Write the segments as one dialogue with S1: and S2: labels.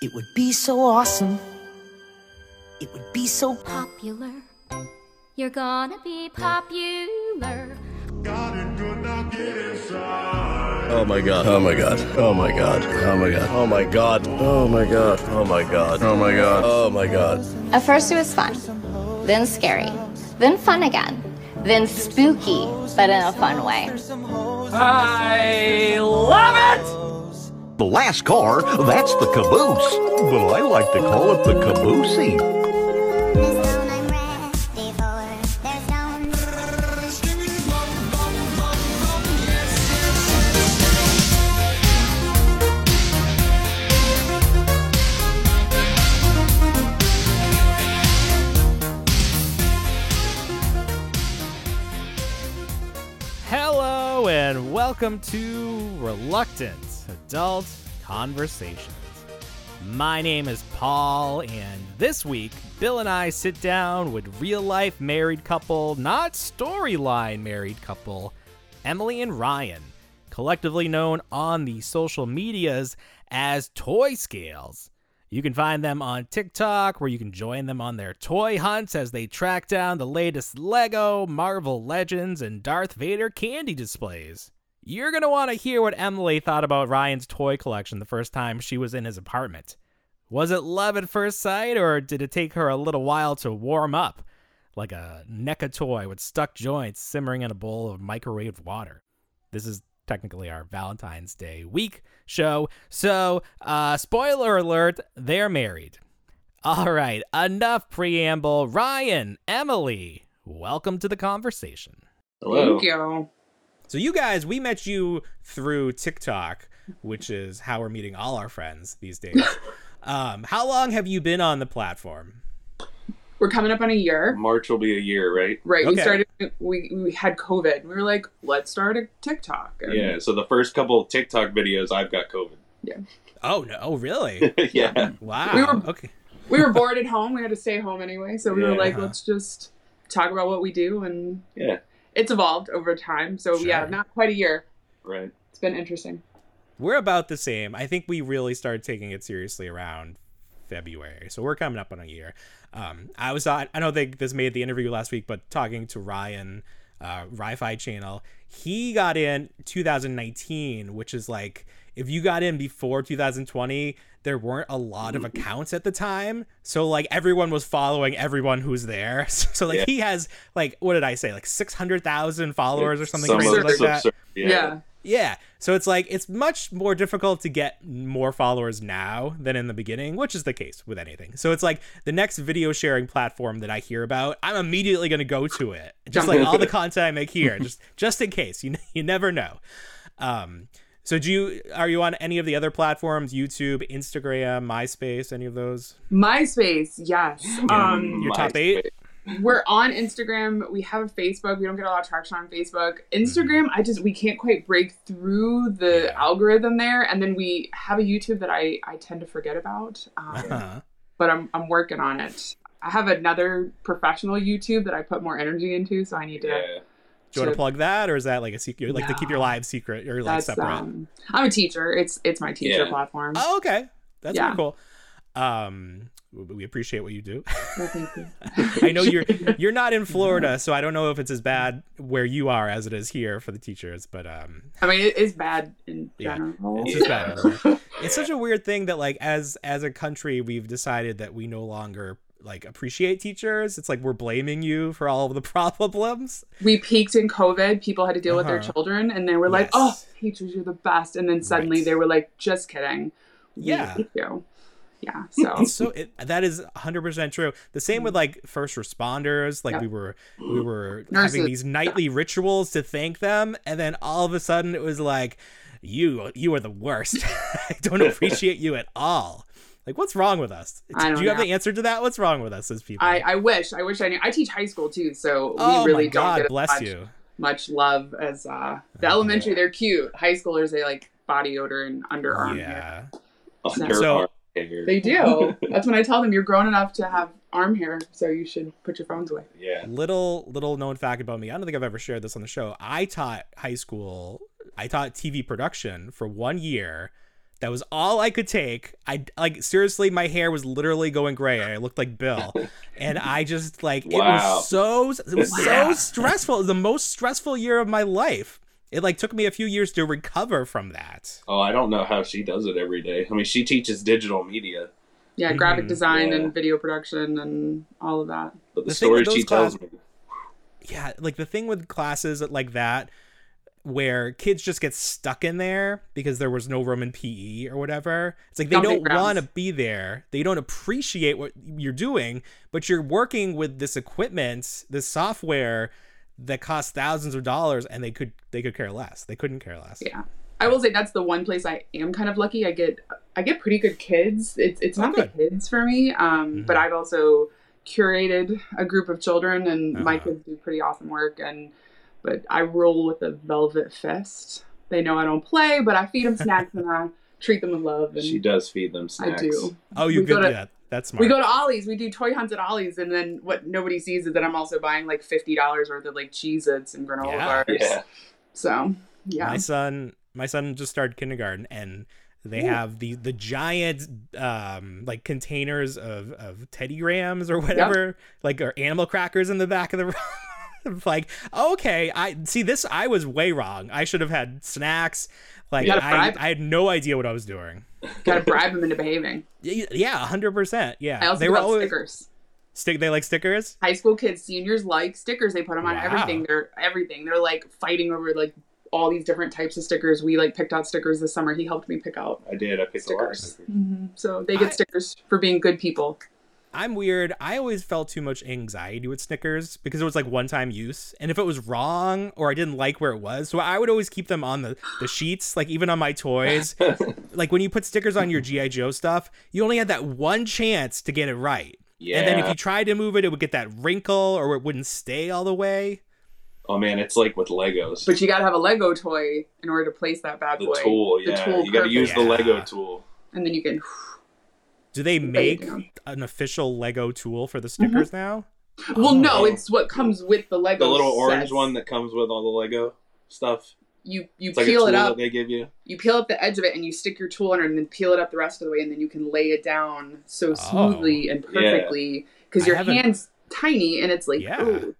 S1: It would be so awesome. It would be so
S2: popular. You're gonna be popular.
S3: Oh my god. Oh my god. Oh my god. Oh my god. Oh my god. Oh my god. Oh my god. Oh my god. Oh my god.
S4: At first it was fun, then scary, then fun again, then spooky, but in a fun way.
S5: I love it!
S6: The last car, that's the caboose. But I like to call it the caboosey.
S5: Hello, and welcome to Reluctant Adult Conversations. My name is Paul, and this week, Bill and I sit down with real life married couple, not storyline married couple, Emily and Ryan, collectively known on the social medias as Toy Scales. You can find them on TikTok, where you can join them on their toy hunts as they track down the latest Lego, Marvel Legends, and Darth Vader candy displays. You're going to want to hear what Emily thought about Ryan's toy collection the first time she was in his apartment. Was it love at first sight, or did it take her a little while to warm up, like a NECA toy with stuck joints simmering in a bowl of microwave water? this is technically our Valentine's Day week show. So, uh, spoiler alert, they're married. All right, enough preamble. Ryan, Emily, welcome to the conversation.
S7: Thank you.
S5: So, you guys, we met you through TikTok, which is how we're meeting all our friends these days. um, how long have you been on the platform?
S7: We're coming up on a year.
S8: March will be a year, right?
S7: Right. We
S5: Okay.
S7: started we, we had COVID. We were like, let's start a TikTok. And
S8: Yeah. So the first couple of TikTok videos, I've got COVID.
S5: Oh, no, oh, really?
S8: yeah.
S5: Wow.
S7: We were-
S5: okay.
S7: We were bored at home. We had to stay home anyway. So we were
S8: Yeah.
S7: like, let's just talk about what we do and
S8: Yeah.
S7: it's evolved over time. So yeah,
S5: Sure.
S7: not quite a year.
S8: Right.
S7: It's been interesting.
S5: We're about the same. I think we really started taking it seriously around February, so we're coming up on a year. Um, I was on. I don't think this made the interview last week, but talking to Ryan, uh, Ri-Fi Channel, he got in 2019, which is like if you got in before 2020, there weren't a lot of accounts at the time, so like everyone was following everyone who's there. So, like
S8: Yeah.
S5: he has like what did I say like 600,000 followers or something
S8: Some
S5: crazy
S8: of
S5: like
S8: it's
S5: that.
S8: absurd.
S7: Yeah.
S8: Yeah.
S5: Yeah. So it's like it's much more difficult to get more followers now than in the beginning, which is the case with anything. So it's like the next video sharing platform that I hear about, I'm immediately going to go to it. Just like all the content I make here, just just in case. You you never know. Um so do you are you on any of the other platforms, YouTube, Instagram, MySpace, any of those?
S7: MySpace, yes. Um,
S5: Your
S8: My
S5: top 8?
S8: space.
S7: we're on Instagram. We have a Facebook. We don't get a lot of traction on Facebook. Instagram,
S8: Mm-hmm.
S7: I just we can't quite break through the
S5: Yeah.
S7: algorithm there. And then we have a YouTube that I I tend to forget about, um,
S5: Uh-huh.
S7: but I'm I'm working on it. I have another professional YouTube that I put more energy into, so I need to.
S8: Yeah.
S5: Do you want
S7: to-
S5: to plug that or is that like a secret like to keep your
S7: No.
S5: live secret or like
S7: that's,
S5: separate?
S7: um, I'm a teacher. It's it's my teacher
S8: Yeah.
S7: platform.
S5: Oh, okay. That's
S7: Yeah.
S5: pretty cool. Um, w- we appreciate what you do.
S7: Well, thank you.
S5: I know you're you're not in Florida, so I don't know if it's as bad where you are as it is here for the teachers. But um,
S7: I mean, it is bad in
S5: Yeah.
S7: general.
S5: It's
S8: Yeah.
S5: just bad everywhere. it's such a weird thing that like as as a country we've decided that we no longer like appreciate teachers. It's like we're blaming you for all of the problems.
S7: we peaked in COVID. People had to deal with
S5: Uh-huh.
S7: their children, and they were like,
S5: Yes.
S7: "Oh, teachers, you're the best." And then suddenly
S5: Right.
S7: they were like, "Just kidding." We
S5: Yeah.
S7: hate you. Yeah. So
S5: It's so it, that is 100% true. The same
S7: Mm-hmm.
S5: with like first responders, like
S7: Yeah.
S5: we were we were
S7: Nurses.
S5: having these nightly rituals to thank them and then all of a sudden it was like you you are the worst. I don't appreciate you at all. Like what's wrong with us?
S7: I
S5: Do
S7: don't
S5: you have
S7: know.
S5: the answer to that? What's wrong with us as people?
S7: I, I wish, I wish I knew. I teach high school too, so we
S5: oh
S7: really
S5: my
S7: don't
S5: god,
S7: get as
S5: bless
S7: much,
S5: you.
S7: much love as uh, the elementary. They're cute. High schoolers, they like body odor and underarm. Hair.
S5: Yeah.
S8: Under
S5: So-
S8: our hair.
S7: They do. That's when I tell them you're grown enough to have arm hair, so you should put your phones away.
S8: yeah.
S5: Little little known fact about me. I don't think I've ever shared this on the show. I taught high school. I taught TV production for one year That was all I could take. I like seriously, my hair was literally going gray. I looked like Bill, and I just like it
S8: Wow.
S5: was so it was so
S8: Yeah.
S5: stressful. It was the most stressful year of my life. It like took me a few years to recover from that.
S8: Oh, I don't know how she does it every day. I mean, she teaches digital media,
S7: Yeah, graphic
S5: Mhm.
S7: design
S8: Yeah.
S7: and video production and all of that.
S8: but the,
S5: The thing with
S8: stories
S5: those
S8: she tells me.
S5: yeah, like the thing with classes like that where kids just get stuck in there because there was no room in PE or whatever. It's like they
S7: Dumping
S5: don't
S7: grounds.
S5: want to be there. They don't appreciate what you're doing, but you're working with this equipment, this software that costs thousands of dollars and they could they could care less. They couldn't care less.
S7: Yeah. I will say that's the one place I am kind of lucky. I get I get pretty good kids. It's it's
S5: Oh,
S7: not
S5: good.
S7: the kids for me, um, but
S5: Mhm.
S7: I've also curated a group of children, and my
S5: Uh-huh.
S7: kids do pretty awesome work. And but I roll with a velvet fist. They know I don't play, but I feed them snacks and I treat them with love. And
S8: She does feed them
S7: I
S8: snacks.
S7: do.
S5: Oh, you
S7: We
S5: could
S7: go to-
S5: yeah, that's smart.
S7: We go to Ollie's. We do toy hunts at Ollie's, and then what nobody sees is that I'm also buying like fifty dollars worth of like Cheez-Its and granola
S5: Yeah.
S7: bars.
S8: Yeah.
S7: So yeah,
S5: My son, my son just started kindergarten, and they have the the giant um like containers of of Teddy Grahams or whatever, like or animal crackers in the back of the room. like okay, I see this. I was way wrong. I should have had snacks. Like
S7: You gotta
S5: I,
S7: bribe-
S5: I had no idea what I was doing.
S7: gotta bribe them into behaving.
S5: Y- Yeah, hundred percent. Yeah,
S7: I also
S5: they
S7: give
S5: were
S7: out
S5: always
S7: stickers.
S5: stick. They like stickers.
S7: high school kids, seniors like stickers. They put them on
S5: Wow.
S7: everything. They're everything. They're like fighting over like all these different types of stickers. We like picked out stickers this summer. He helped me pick out
S8: I did. I picked a lot of
S7: stickers.
S8: stickers.
S7: hmm So they get
S5: I-
S7: stickers for being good people.
S5: I'm weird. I always felt too much anxiety with Snickers because it was like one time use. And if it was wrong or I didn't like where it was, so I would always keep them on the, the sheets, like even on my toys. like when you put stickers on your G.I. Joe stuff, you only had that one chance to get it right.
S8: Yeah.
S5: And then if you tried to move it, it would get that wrinkle or it wouldn't stay all the way.
S8: oh man, it's like with Legos.
S7: But you gotta have a Lego toy in order to place that bad
S8: the
S7: boy.
S8: tool, yeah. you got to
S7: perfect.
S8: use the
S5: Yeah.
S8: Lego tool.
S7: and then you can.
S5: Do they make
S7: down.
S5: an official Lego tool for the
S7: Mm-hmm.
S5: Snickers now?
S7: Well, no,
S8: Oh.
S7: it's what comes with the Lego.
S8: The little orange
S7: sets.
S8: one that comes with all the Lego stuff.
S7: You you
S8: It's like a
S7: peel
S8: tool
S7: it
S8: that
S7: up.
S8: they give you.
S7: You peel up the edge of it and you stick your tool under, it and then peel it up the rest of the way, and then you can lay it down so smoothly and
S8: Yeah.
S7: perfectly because
S5: Oh. I
S7: your
S5: haven't-
S7: hand's tiny and it's like,
S5: Yeah.
S7: ooh,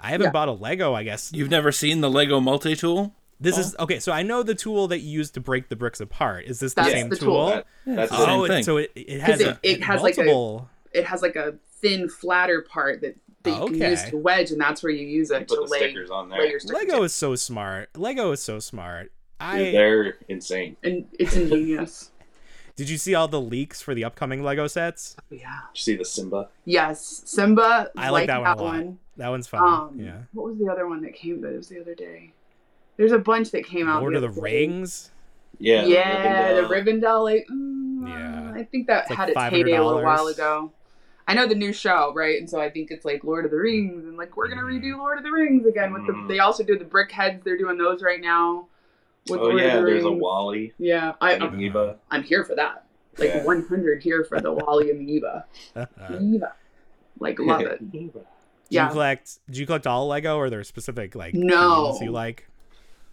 S5: I haven't
S7: Yeah.
S5: bought a Lego, I guess,
S1: You've never seen the Lego multi tool?
S5: This is
S7: Oh.
S5: okay. So I know the tool that you use to break the bricks apart. Is this the
S7: That's
S5: same
S7: the
S5: tool?
S7: tool.
S8: That- that's
S1: the
S5: oh,
S1: same
S5: it,
S1: thing.
S5: so it, it has
S7: it-
S5: a,
S7: it has, like, a-
S5: multiple.
S7: it has like a thin, flatter part that, that you can use
S5: Okay.
S7: to wedge, and that's where you use it
S8: Put
S7: to
S8: the
S7: lay,
S8: stickers on
S7: lay
S8: there.
S7: your stickers.
S5: Lego is so smart. Lego is so smart.
S8: Dude,
S5: I
S8: they're insane.
S7: and it's ingenious.
S5: did you see all the leaks for the upcoming Lego sets?
S7: yeah.
S8: Did you see the Simba?
S7: Yes, Simba.
S5: I like that one a lot.
S7: one.
S5: That one's fun.
S7: Um,
S5: yeah.
S7: What was the other one that came? That was the other day. There's a bunch that came out.
S5: Lord of the
S7: other day.
S5: Rings.
S8: Yeah. uh, the
S7: Yeah, the
S8: Rivendell.
S7: Rivendell. Like, mm,
S5: Yeah.
S7: I think that
S5: It's like
S7: had its heyday a little
S5: $500.
S7: while ago. I know the new show, right? And so I think it's like Lord of the Rings, and like we're gonna redo
S5: Mm.
S7: Lord of the Rings again with the.
S8: Mhm.
S7: They also do the Brickheads. They're doing those right now. With
S8: Oh
S7: Lord
S8: yeah,
S7: of the
S8: there's a
S7: Rings.
S8: Wally,
S7: Yeah, I,
S8: an
S7: I'm,
S8: Amoeba.
S7: I'm here for that. Like
S8: Yeah.
S7: 100 here for the Wally and Eva.
S5: Uh,
S7: Eva. Like love it.
S5: Do
S7: Yeah.
S5: you collect? Do you collect all Lego, or there are specific like
S7: No.
S5: themes you like?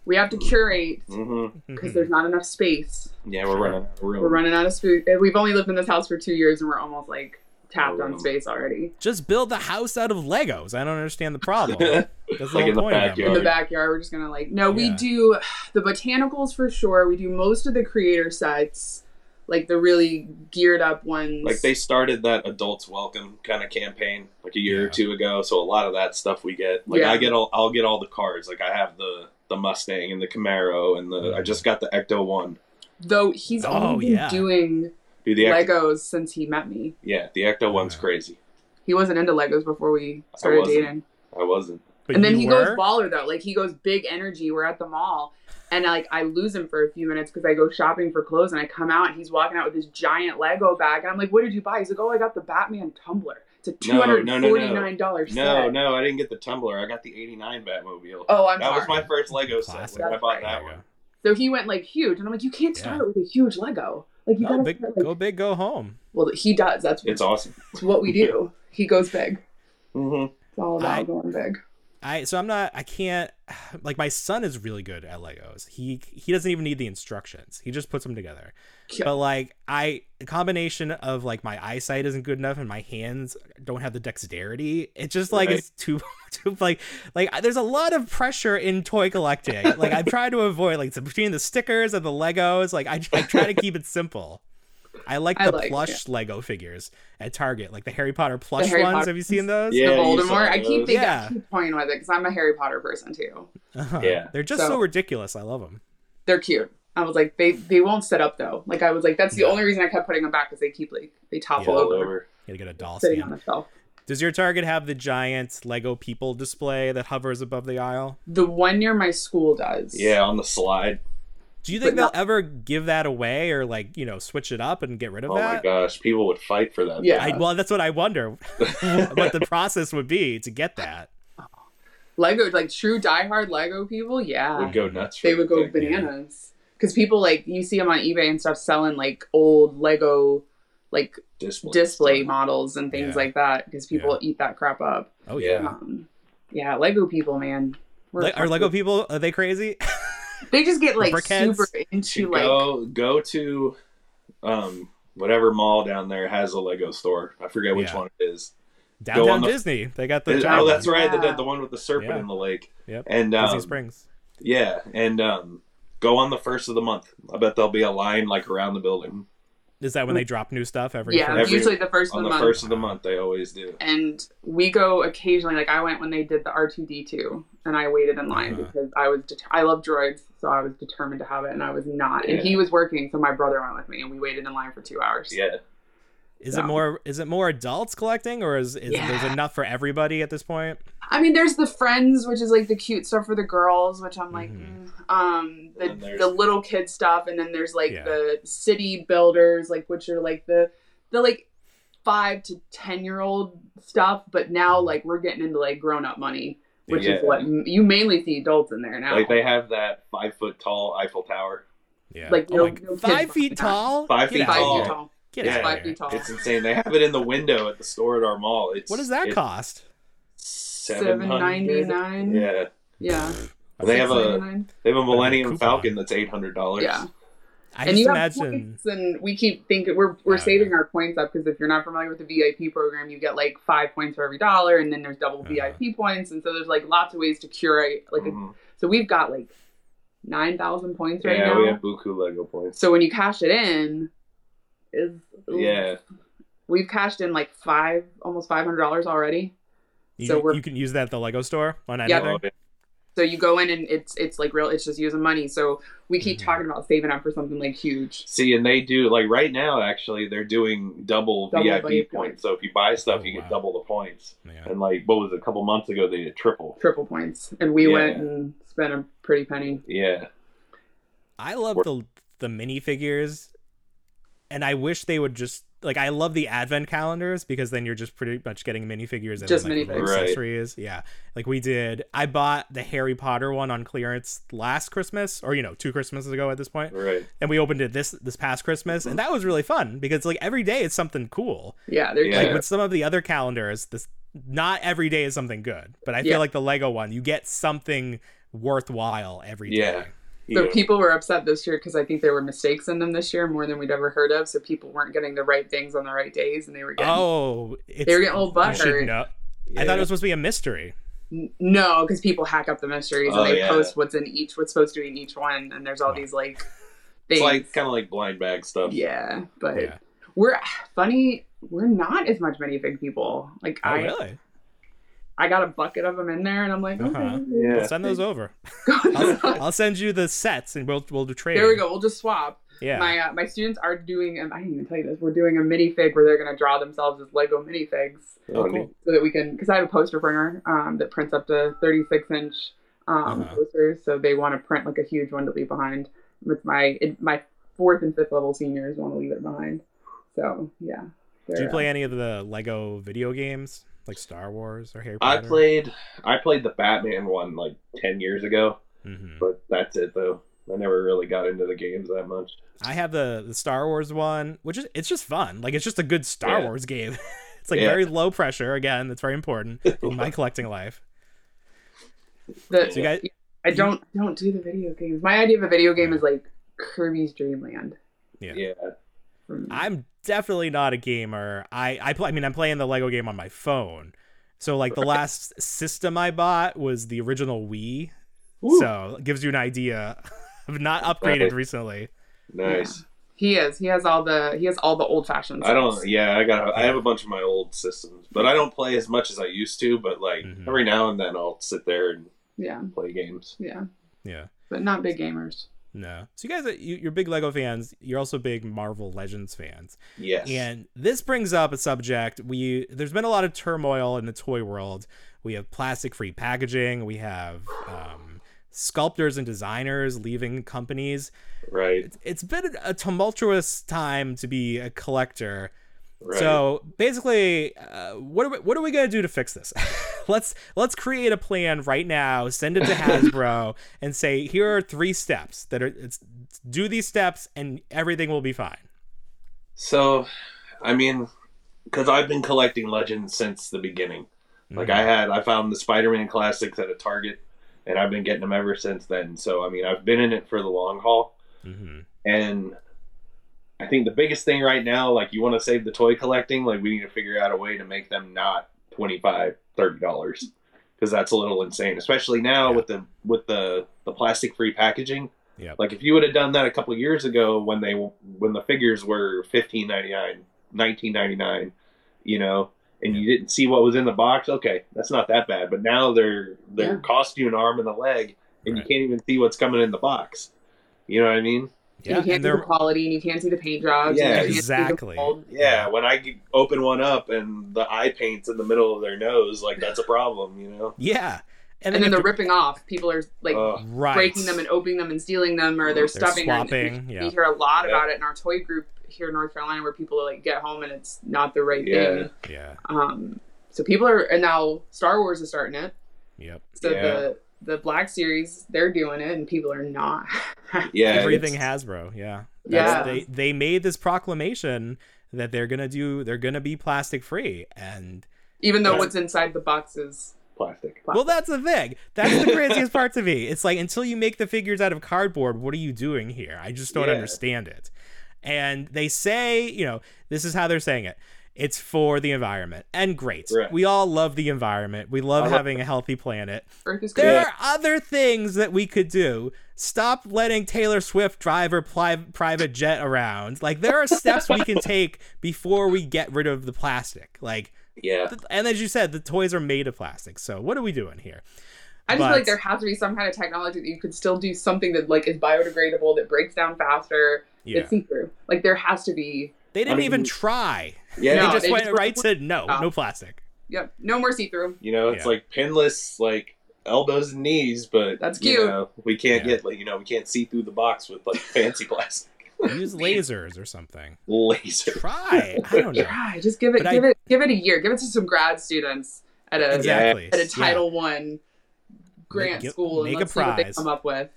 S7: We have to curate
S8: Mm-hmm.
S7: because there's not enough space.
S8: Yeah, we're running out of room.
S7: We're running out of space. We've only lived in this house for two years and we're almost like tapped on
S8: Oh.
S7: space already.
S5: Just build the house out of Legos. I don't understand the problem. That's the
S8: Like
S5: whole
S8: in the
S5: point. of them.
S7: In the
S8: backyard.
S7: backyard, we're just gonna like no. We
S5: Yeah.
S7: do the botanicals for sure. We do most of the creator sets, like the really geared up ones.
S8: Like they started that adults welcome kind of campaign like a year
S5: Yeah.
S8: or two ago, so a lot of that stuff we get. Like
S7: Yeah.
S8: I get all I'll get all the cars. Like I have the the Mustang and the Camaro and the I just got the Ecto one.
S7: though he's
S5: Oh,
S7: only been
S5: yeah.
S7: doing
S8: Dude, the Ecto,
S7: Legos since he met me.
S8: yeah, the Ecto one's
S5: Yeah.
S8: crazy.
S7: He wasn't into Legos before we started
S8: wasn't.
S7: dating.
S8: I wasn't.
S5: But
S7: and then
S5: you
S7: he
S5: were?
S7: goes baller though. Like he goes big energy. We're at the mall, and like I lose him for a few minutes because I go shopping for clothes, and I come out, and he's walking out with this giant Lego bag, and I'm like, "What did you buy?" He's like, "Oh, I got the Batman tumbler. It's a two
S8: No, no,
S7: hundred
S8: no, no.
S7: forty nine dollars
S8: No, no, I didn't get the Tumbler. I got the '89 Batmobile.
S7: Oh, I'm
S8: that was
S7: sorry.
S8: my first Lego
S5: Classic.
S8: set. Like, I bought
S7: That's
S8: that
S5: Lego.
S8: one.
S7: So he went like huge, and I'm like, "You can't start
S5: Yeah.
S7: with a huge Lego. Like you
S5: No,
S7: gotta
S5: big,
S7: start, like,
S5: go big, go home.
S7: well, he does. That's
S8: It's awesome.
S7: it's what we do. He goes big.
S8: Mm-hmm.
S7: It's all about
S5: I-
S7: going big.
S5: I so I'm not I can't like my son is really good at Legos. He he doesn't even need the instructions. He just puts them together.
S7: Yeah.
S5: But like I a combination of like my eyesight isn't good enough and my hands don't have the dexterity. It's just like
S8: Right.
S5: it's too too like like I- there's a lot of pressure in toy collecting. Like I've tried to avoid like so between the stickers and the Legos, like I, I try to keep it simple. I like
S7: I
S5: the
S7: like it.
S5: plush Lego figures at Target, like the Harry Potter plush
S7: Harry
S5: ones.
S7: Potter
S5: Have you seen those?
S7: the
S8: Yeah, you saw
S7: Voldemort. I keep
S8: those.
S7: thinking,
S5: Yeah.
S7: I keep toying with it because I'm a Harry Potter person too.
S5: Uh-huh.
S8: Yeah.
S5: They're just so,
S7: So-
S5: ridiculous. I love them.
S7: They're cute. I was like, they they won't sit up though. Like I was like, that's the only reason I kept putting them back because they keep like they topple
S8: All
S7: over,
S8: over.
S5: Gotta get a doll
S7: sitting on
S5: stand.
S7: the shelf.
S5: Does your Target have the giant Lego people display that hovers above the aisle?
S7: The one near my school does.
S8: Yeah, on the slide.
S5: Do you think
S7: But
S5: they'll
S7: not-
S5: ever give that away or like, you know, switch it up and get rid of
S8: Oh my
S5: that?
S8: gosh, people would fight for that.
S7: Yeah.
S5: I, well, that's what I wonder what the process would be to get that.
S7: Lego, like true diehard Lego people. Yeah.
S8: would go nuts. For
S7: they would
S8: that
S7: go
S8: thing.
S7: bananas because people like you see them on eBay and stuff selling like old Lego like
S8: Display.
S7: display models and things
S5: Yeah.
S7: like that because people eat that crap up.
S5: Oh,
S8: Yeah.
S7: Um, yeah, Lego people, man. We're
S5: Le- are Lego people, are they crazy?
S7: They just get like
S5: Brickheads?
S7: super into
S8: To
S7: like
S8: go go to um whatever mall down there has a Lego store. I forget which
S5: Yeah.
S8: one it is.
S5: Downtown
S8: on the-
S5: Disney. They got the
S8: It-
S5: giant
S8: oh,
S5: one.
S8: that's right. The,
S7: Yeah.
S8: the one with the serpent
S5: Yeah.
S8: in the lake.
S5: Yep.
S8: And
S5: Disney
S8: um,
S5: Springs.
S8: yeah, and um, go on the first of the month. I bet there'll be a line like around the building
S5: Is that when they drop new stuff every
S7: Mm. yeah,
S5: first-
S8: every-
S7: usually the first of
S8: on
S7: the
S8: the
S7: month.
S8: first of the month. They always do.
S7: And we go occasionally. Like I went when they did the R two D two, and I waited in line
S5: Uh-huh.
S7: because I was det- I love droids, so I was determined to have it, and I was not.
S8: Yeah.
S7: And he was working, so my brother went with me, and we waited in line for two hours.
S8: Yeah,
S5: Is it more is it more adults collecting or is, is
S7: Yeah.
S5: there's enough for everybody at this point?
S7: I mean, there's the friends, which is like the cute stuff for the girls, which I'm like,
S8: Mm-hmm.
S5: Mhm.
S7: mm. um, the
S8: And Oh, there's-
S7: the little kid stuff, and then there's like
S5: Yeah.
S7: the city builders, like which are like the the like five to ten year old stuff. But now like we're getting into like grown up money, which
S8: Mm-hmm. Yeah.
S7: is what m- you mainly see adults in there now.
S8: like they have that five foot tall Eiffel Tower.
S5: Yeah.
S7: Like,
S5: Oh
S7: no-
S5: my-
S7: no kids
S5: five
S7: buy
S5: feet
S7: that.
S5: tall?
S8: Five
S5: Get
S8: feet
S5: out of
S7: five
S8: tall.
S5: here.
S7: feet tall.
S5: Get
S8: Yeah.
S5: out of
S7: Five
S5: here.
S7: feet tall.
S8: It's insane. They have it in the window at the store at our mall. It's,
S5: What does that
S8: it's
S5: cost?
S7: Seven ninety
S8: 700.
S7: nine. Yeah.
S8: Yeah, Mm-hmm.
S7: yeah.
S8: they have a
S7: $6.99.
S8: they have a Millennium
S5: coupon.
S8: Falcon that's eight hundred dollars.
S7: Yeah.
S5: I
S7: and
S5: just
S7: you have
S5: imagine.
S7: points, and we keep thinking we're we're
S5: Oh,
S7: saving
S5: yeah.
S7: our points up because if you're not familiar with the VIP program, you get like five points for every dollar, and then there's double
S5: Uh-huh.
S7: VIP points, and so there's like lots of ways to curate. Like, a-
S8: Mhm.
S7: so we've got like nine thousand points right
S8: yeah,
S7: now.
S8: we have Buku Lego points.
S7: So when you cash it in, is
S8: Yeah,
S7: we've cashed in like five almost five hundred dollars already.
S5: You,
S7: so
S5: can-
S7: we're-
S5: you can use that at the Lego store on
S7: Yeah.
S8: Oh,
S5: anything.
S7: So you go in and it's it's like real. It's just using money. So we keep
S5: Mhm.
S7: talking about saving up for something like huge.
S8: See, and they do like right now. Actually, they're doing double,
S7: Double
S8: VIP
S7: VIP
S8: points.
S7: points.
S8: So if you buy stuff,
S5: Oh,
S8: you
S5: wow.
S8: get double the points.
S5: Yeah.
S8: And like, what was it, a couple months ago? They did triple.
S7: Triple points, and we
S8: Yeah.
S7: went and spent a pretty penny.
S8: Yeah,
S5: I love the the minifigures, and I wish they would just like I love the advent calendars because then you're just pretty much getting minifigures and
S7: Just
S5: like, little
S7: minifigs.
S8: Right.
S5: accessories. Yeah, like we did. I bought the Harry Potter one on clearance last Christmas, or you know, two Christmases ago at this point,
S8: right.
S5: and we opened it this this past Christmas, and that was really fun because like every day it's something cool.
S7: Yeah, they're
S8: Yeah.
S5: like with some of the other calendars this not every day is something good but i feel
S7: Yeah.
S5: like the lego one you get something worthwhile every day
S8: Yeah.
S7: So
S8: Yeah.
S7: people were upset this year because I think there were mistakes in them this year more than we'd ever heard of. So people weren't getting the right things on the right days, and they were getting
S5: oh it's,
S7: they were getting old
S5: you
S7: butthurt.
S5: should know. i thought
S8: Yeah.
S5: it was supposed to be a mystery
S7: N- No, because people hack up the mysteries
S8: Oh,
S7: and they
S8: yeah.
S7: post what's in each, what's supposed to be in each one, and there's all these like
S8: It's
S7: things.
S8: like kind of like blind bag stuff.
S7: yeah, but
S5: Yeah.
S7: we're funny. We're not as much minifig people. Like
S5: oh
S7: I,
S5: really
S7: I got a bucket of them in there, and I'm like, okay,
S5: Uh-huh.
S8: Yeah.
S5: I'll send those over
S7: go-
S5: I'll, I'll send you the sets and we'll we'll do trade
S7: there we go. We'll just swap.
S5: yeah
S7: My uh, my students are doing. um, I didn't even tell you this. We're doing a minifig where they're going to draw themselves as Lego minifigs.
S8: Oh, neat.
S7: so that we can because I have a poster printer um, that prints up to 36 inch um,
S5: Uh-huh.
S7: posters. So they want to print like a huge one to leave behind. With my it, my fourth and fifth level seniors want to leave it behind. So yeah.
S5: do you
S7: they're,
S5: play any of the lego video games like star wars or harry
S8: I
S5: potter
S8: played I played the Batman one like ten years ago,
S5: Mhm.
S8: but that's it though. I never really got into the games that much.
S5: i have the, the star wars one which is it's just fun like it's just a good star
S8: Yeah.
S5: wars game it's like
S8: Yeah.
S5: very low pressure again that's very important in my collecting life
S7: uh, the-
S5: So you guys,
S7: I don't I don't do the video games. My idea of a video game is like Kirby's Dream Land.
S5: Yeah.
S7: For me.
S5: I'm definitely not a gamer. I I play. I mean, I'm playing the Lego game on my phone. So like the last system I bought was the original Wii.
S7: Ooh.
S5: So it gives you an idea. I've not upgraded
S8: Right.
S5: recently.
S8: Nice.
S7: He is. He has all the he has all the old fashioned.
S8: I don't. Yeah, I got. I have a bunch of my old systems, but I don't play as much as I used to. But like
S5: Mhm.
S8: every now and then, I'll sit there and
S7: Yeah,
S8: play games.
S7: yeah,
S5: Yeah.
S7: but not big gamers.
S5: No. So you guys, are, you, you're big Lego fans. You're also big Marvel Legends fans.
S8: Yes.
S5: And this brings up a subject we there's been a lot of turmoil in the toy world. We have plastic-free packaging. We have um, sculptors and designers leaving companies.
S8: right.
S5: It's, it's been a tumultuous time to be a collector.
S8: Right.
S5: So basically, uh, what are we, what are we gonna do to fix this? let's let's create a plan right now. Send it to Hasbro and say here are three steps that are it's, do these steps and everything will be fine.
S8: So, I mean, because I've been collecting Legends since the beginning. Like
S5: Mm-hmm.
S8: I had, I found the Spider-Man classics at a Target, and I've been getting them ever since then. So I mean, I've been in it for the long haul.
S5: Mm-hmm.
S8: And I think the biggest thing right now, like you want to save the toy collecting, like we need to figure out a way to make them not 25 30 dollars because that's a little insane, especially now
S5: Yeah.
S8: with the with the the plastic free packaging.
S5: Yep.
S8: Like if you would have done that a couple of years ago when they when the figures were 15.99, 19.99, you know, and you didn't see what was in the box, okay, that's not that bad. But now they're they're
S7: Yeah.
S8: cost you an arm and a leg, and
S5: Right.
S8: you can't even see what's coming in the box. You know what I mean?
S7: Yeah, you can't
S5: and
S7: see the
S5: they're
S7: quality, and you can't see the paint jobs.
S8: Yeah,
S7: and you can't see the
S5: exactly.
S7: mold.
S8: Yeah, when I g- open one up and the eye paint's in the middle of their nose, like that's a problem, you know? Uh,
S5: yeah,
S7: And,
S5: you
S7: then they're
S5: have to-
S7: ripping off. People are like
S8: Ugh.
S5: Oh, right.
S7: breaking them and opening them and stealing them, or they're,
S8: They're
S7: stuffing them.
S5: swapping, yeah.
S7: We hear a lot
S8: Yeah.
S7: about it in our toy group here in North Carolina, where people like get home and it's not the right
S8: Yeah.
S7: thing.
S5: yeah,
S7: Um, so people are, and now Star Wars is starting it.
S5: yep.
S7: So
S8: Yeah.
S7: the the Black series, they're doing it, and people are not.
S8: Yeah.
S5: Everything
S8: it's-
S5: Hasbro. Yeah,
S7: Yeah.
S5: They they made this proclamation that they're gonna do they're gonna be plastic free and
S7: Even though
S5: Yeah.
S7: what's inside the box is
S8: plastic.
S7: plastic.
S5: Well, that's the thing. That's the craziest part to me. It's like until you make the figures out of cardboard, what are you doing here? I just don't
S8: Yeah.
S5: understand it. And they say, you know, this is how they're saying it. It's for the environment. And great.
S8: Right.
S5: We all love the environment. We love
S8: I love-
S5: having a healthy planet.
S7: Earth is
S5: There
S7: great.
S5: are other things that we could do. Stop letting Taylor Swift drive her pli- private jet around. Like there are steps we can take before we get rid of the plastic. Like
S8: Yeah.
S5: th- and as you said, the toys are made of plastic. So what are we doing here?
S7: I just feel
S5: but-
S7: like there has to be some kind of technology that you could still do something that like is biodegradable, that breaks down faster,
S5: Yeah.
S7: that's see through. Like there has to be.
S5: They didn't
S8: mean-
S5: even try.
S8: Yeah.
S5: they
S7: No,
S5: just
S7: they
S5: went
S7: just-
S5: right to no,
S7: No.
S5: no plastic.
S7: Yep, no more see through.
S8: You know, it's
S5: Yeah.
S8: like pinless, like elbows and knees, but
S7: That's
S8: you
S7: cute.
S8: know, we can't
S5: Yeah.
S8: get like you know, we can't see through the box with like fancy plastic
S5: Use lasers or something.
S8: laser.
S5: Try. I don't know.
S7: Yeah, just give it,
S5: But I-
S7: give it, give it a year. Give it to some grad students at a
S5: Exactly.
S7: at a
S5: Yeah.
S7: Title One grant
S5: Make-
S7: school,
S5: make
S7: and
S5: a
S7: let's see what they
S5: prize.
S7: come up with.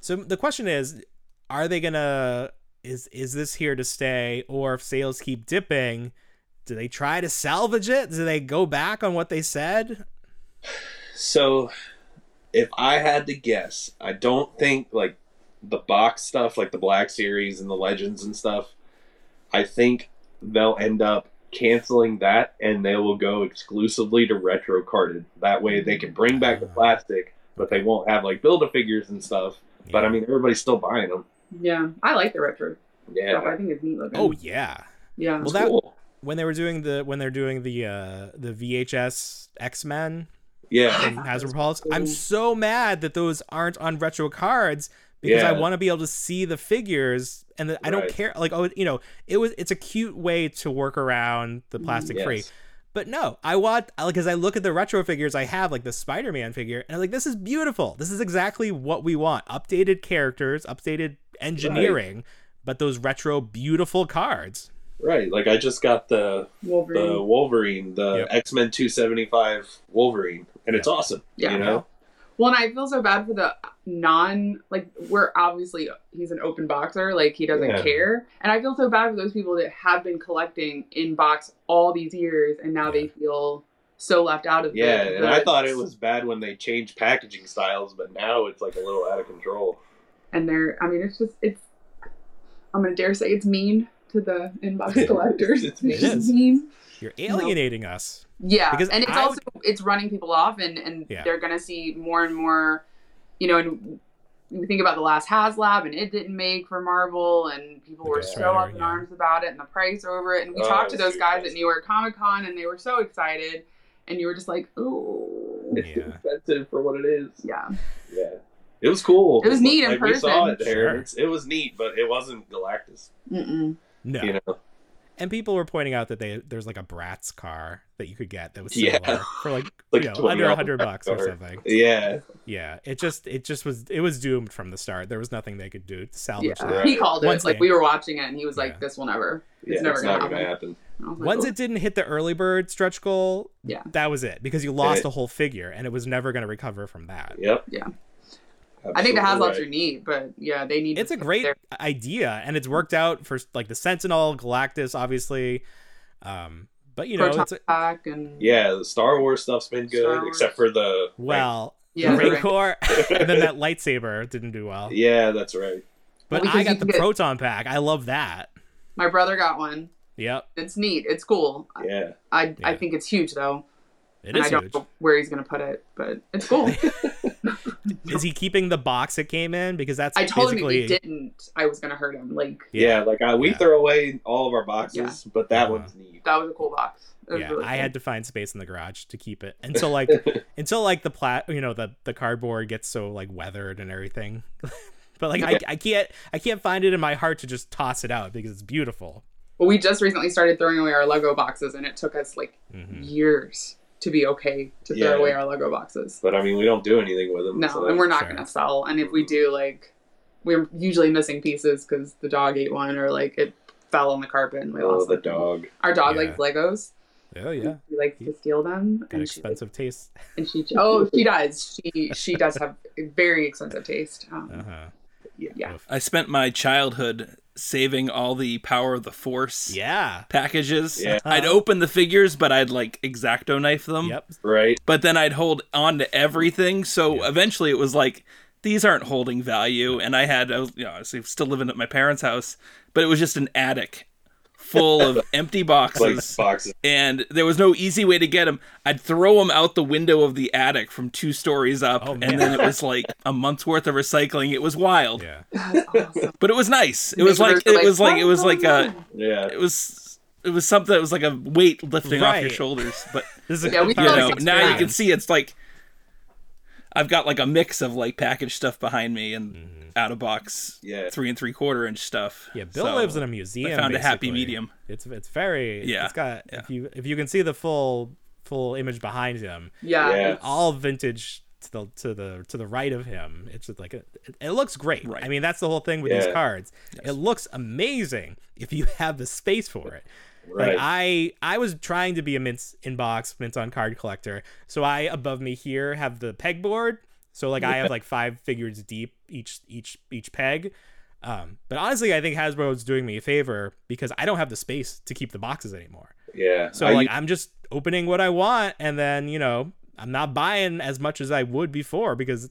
S5: So the question is, are they gonna is is this here to stay, or if sales keep dipping, do they try to salvage it? Do they go back on what they said?
S8: So, if I had to guess, I don't think like the box stuff, like the Black Series and the Legends and stuff. I think they'll end up canceling that, and they will go exclusively to retro carded. That way, they can bring back the plastic, but they won't have like build a figures and stuff. But I mean, everybody's still buying them.
S7: Yeah, I like the retro stuff. I
S8: Yeah.
S7: think it's neat looking.
S5: Oh yeah.
S7: yeah.
S5: Well, that when they were doing the when they're doing the uh the VHS X Men
S8: Yeah.
S5: and Hasbro Pulse. I'm so mad that those aren't on retro cards because I
S8: Yeah.
S5: want to be able to see the figures and that I don't
S8: Right.
S5: care. Like, oh, you know, it was it's a cute way to work around the plastic free.
S8: Yes.
S5: But no, I want because I look at the retro figures I have, like the Spider-Man figure, and I'm like, this is beautiful. This is exactly what we want: updated characters, updated engineering, but those retro beautiful cards.
S8: Right. Like I just got the
S7: Wolverine.
S8: the Wolverine, the
S5: Yep.
S8: X Men two seventy five Wolverine, and it's awesome.
S7: Yeah.
S8: You know.
S7: Well, and I feel so bad for the non like we're obviously he's an open boxer, like he doesn't
S8: Yeah.
S7: care, and I feel so bad for those people that have been collecting in box all these years, and now they feel so left out of the-
S8: Yeah,
S7: the,
S8: and I thought it was bad when they changed packaging styles, but now it's like a little out of control.
S7: and they're I mean it's just it's I'm gonna dare say it's mean to the inbox collectors.
S8: It's mean.
S7: It's just
S5: It is.
S7: mean.
S5: You're alienating us.
S7: Yeah,
S5: Because
S7: and it's
S5: I-
S7: also it's running people off, and and
S5: Yeah.
S7: they're gonna see more and more, you know. And we think about the last HasLab, and it didn't make for Marvel, and people were
S5: Ghost
S7: so
S5: Rider,
S7: up in
S5: yeah.
S7: arms about it, and the price over it. And we
S8: Oh,
S7: talked to
S8: that's
S7: those guys
S8: true.
S7: at New York Comic Con, and they were so excited, and you were just like, "Ooh,
S8: It's
S5: Yeah.
S8: too expensive for what it is.
S7: yeah."
S8: Yeah, it was cool.
S7: It was neat in
S8: Like, we saw
S7: person.
S8: it there.
S5: Sure.
S8: It's, it was neat, but it wasn't Galactus.
S7: Mm-mm.
S5: No.
S8: You know,
S5: And people were pointing out that they there's like a Bratz car that you could get that was
S8: Yeah.
S5: similar for like,
S8: Like
S5: you know,
S8: $20
S5: under hundred bucks or
S8: car.
S5: something.
S8: yeah,
S5: Yeah, it just it just was it was doomed from the start. There was nothing they could do to salvage
S7: Yeah,
S5: that.
S8: Right.
S7: he called it.
S5: Once
S7: like
S5: they-
S7: we were watching it, and he was like,
S5: Yeah.
S7: "This will never.
S8: yeah
S7: It's never
S8: it's
S7: gonna
S8: not gonna
S7: happen."
S8: happen.
S7: And I was like,
S5: Once
S7: "Ooh."
S5: it didn't hit the early bird stretch goal,
S7: Yeah.
S5: that was it because you lost
S8: It-
S5: a whole figure and it was never going to recover from that.
S8: Yep.
S7: Yeah. I think the
S8: Absolutely
S7: Haslabs
S8: right.
S7: are neat, but yeah, they need. to
S5: It's a
S7: fix
S5: great
S7: their-
S5: idea and it's worked out for like the Sentinel, Galactus, obviously. Um, but you know,
S7: proton
S5: it's a,
S7: pack and
S8: Yeah, the Star Wars stuff's been
S7: Star
S8: good,
S7: Wars.
S8: except for the
S5: well,
S7: Yeah,
S5: the
S7: right.
S5: Rancor, and then that lightsaber didn't do well.
S8: Yeah, that's right.
S5: But
S7: Well,
S5: I
S7: because
S5: got
S7: you
S5: the
S7: can get-
S5: proton pack. I love that.
S7: My brother got one.
S5: Yep,
S7: It's neat. It's cool.
S8: Yeah,
S7: I I
S5: Yeah.
S7: think it's huge though.
S5: it
S7: And I
S5: is
S7: don't
S5: huge.
S7: know where he's gonna put it, but it's cool.
S5: Is he keeping the box it came in because that's
S7: I told him if
S5: basically
S7: he didn't, I was gonna hurt him. Like
S5: Yeah.
S8: yeah. like I, we
S5: Yeah.
S8: throw away all of our boxes, but that
S5: Uh-huh.
S8: one's neat.
S7: that was a cool box. It was
S5: yeah,
S7: really
S5: I
S7: cool.
S5: had to find space in the garage to keep it until like until like the plat, you know, the the cardboard gets so like weathered and everything. but like I, I can't I can't find it in my heart to just toss it out because it's beautiful.
S7: Well, we just recently started throwing away our Lego boxes, and it took us like
S5: Mhm.
S7: years to be okay to
S8: Yeah.
S7: throw away our Lego boxes.
S8: But I mean, we don't do anything with them.
S7: No,
S8: so
S7: and we're not
S5: fair.
S7: gonna sell. And if we do, like, we're usually missing pieces because the dog ate one, or like it fell on the carpet and we
S8: Oh,
S7: lost
S8: the
S7: it.
S8: dog.
S7: Our dog
S5: Yeah.
S7: likes Legos.
S5: Oh yeah,
S7: She likes to steal them,
S5: got
S7: and she,
S5: expensive taste.
S7: and she oh she does. She she does have very expensive taste. Um,
S1: Uh-huh.
S5: Uh huh.
S1: I spent my childhood saving all the Power of the Force
S5: Yeah.
S1: packages.
S8: Yeah.
S1: I'd open the figures, but I'd like exacto knife them.
S5: Uh, Yep.
S8: Right?
S1: But then I'd hold on to everything. So eventually it was like, these aren't holding value. And I had, I was, you know, obviously still living at my parents' house, but it was just an attic full of empty
S8: Like
S1: boxes.
S8: boxes.
S1: and there was no easy way to get them. I'd throw them out the window of the attic from two stories up,
S5: Oh, man.
S1: and then it was like a month's worth of recycling. It was wild,
S5: Yeah.
S7: that's awesome.
S1: but it was nice. It
S7: They
S1: was
S7: were
S1: like it was like it was
S7: "What's
S1: like a
S7: going on?"
S8: Yeah.
S1: it was it was something that was like a weight lifting off your
S5: Right.
S1: shoulders. But
S5: This is a
S7: Yeah, we
S5: good
S1: you
S7: felt
S1: know,
S7: like
S1: now you can
S5: experience.
S1: see it's like I've got like a mix of like packaged stuff behind me and
S5: Mm-hmm.
S1: out of box,
S8: Yeah.
S1: three and three quarter inch stuff.
S5: Yeah, Bill
S1: So
S5: lives in a museum.
S1: found a happy
S5: basically.
S1: medium.
S5: It's it's very
S1: Yeah,
S5: It's got if you if you can see the full full image behind him,
S7: Yeah,
S8: Yeah.
S7: it's-
S5: all vintage to the to the to the right of him. It's just like a, it looks great.
S1: Right.
S5: I mean, that's the whole thing with these
S8: Yeah.
S5: cards. It looks amazing if you have the space for it.
S8: Right.
S5: Like I I was trying to be a mints inbox mints on card collector. So I above me here have the pegboard. So like I have like five figures deep each each each peg. Um, but honestly, I think Hasbro's doing me a favor because I don't have the space to keep the boxes anymore.
S8: yeah.
S5: So
S8: I
S5: like
S8: u-
S5: I'm just opening what I want and then, you know, I'm not buying as much as I would before because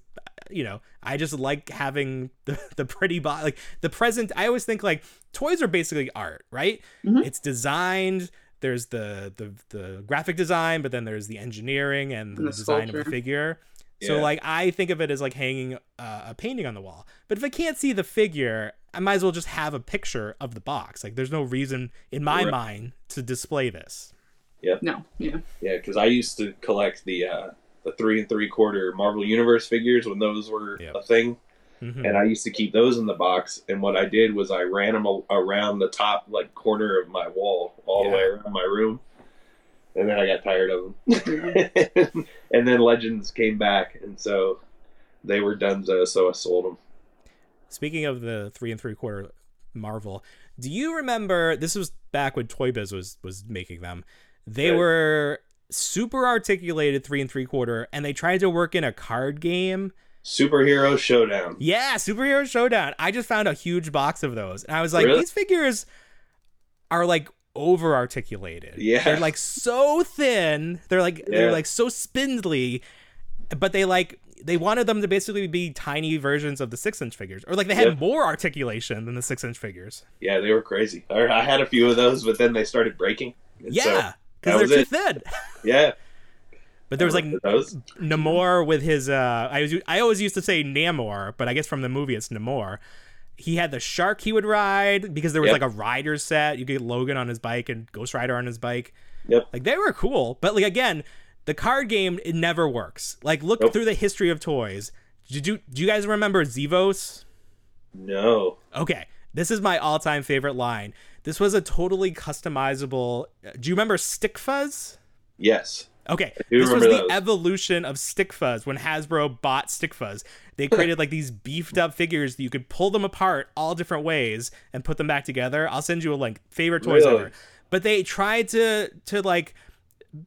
S5: you know, I just like having the, the pretty box like the present I always think like toys are basically art, right? It's designed there's the, the the graphic design, but then there's the engineering and the,
S7: And the
S5: design of the
S7: sculpture.
S5: figure. So
S8: Yeah.
S5: like I think of it as like hanging uh, a painting on the wall. But if I can't see the figure, I might as well just have a picture of the box. Like there's no reason in my
S8: Right.
S5: mind to display this.
S7: no, yeah,
S8: yeah, because I used to collect the uh, the three and three quarter Marvel Universe figures when those were
S5: Yep.
S8: a thing,
S5: Mhm.
S8: and I used to keep those in the box. And what I did was I ran them around the top like corner of my wall all
S5: Yeah.
S8: the way around my room, and then I got tired of them. and then Legends came back, and so they were donezo, so I sold them.
S5: Speaking of the three and three quarter Marvel, do you remember this was back when Toy Biz was was making them? They
S8: Right.
S5: were super articulated three and three quarter, and they tried to work in a card game.
S8: Superhero Showdown.
S5: Yeah, Superhero Showdown. I just found a huge box of those, and I was like,
S8: Really?
S5: these figures are like over articulated.
S8: Yeah.
S5: They're like so thin. They're like
S8: Yeah.
S5: they're like so spindly, but they like they wanted them to basically be tiny versions of the six inch figures. Or like they had
S8: Yep.
S5: more articulation than the six inch figures.
S8: Yeah, they were crazy. I I had a few of those, but then they started breaking. And so
S5: yeah.
S8: that
S5: Because
S8: was
S5: they're too
S8: it.
S5: thin.
S8: Yeah,
S5: But there was like
S8: those.
S5: Namor with his uh I was I always used to say Namor, but I guess from the movie it's Namor. He had the shark he would ride because there was
S8: Yep.
S5: like a rider set. You could get Logan on his bike and Ghost Rider on his bike.
S8: Yep.
S5: Like they were cool, but like again, the card game it never works. Like look
S8: Nope.
S5: through the history of toys. Did you do you guys remember Zevos?
S8: No.
S5: Okay. This is my all-time favorite line. This was a totally customizable. uh, Do you remember Stick Fuzz?
S8: Yes.
S5: Okay,
S8: do
S5: this was the
S8: remember those.
S5: evolution of Stick Fuzz when Hasbro bought Stick Fuzz. They created like these beefed up figures that you could pull them apart all different ways and put them back together. I'll send you a link. Favorite toys
S8: Really?
S5: ever. But they tried to to like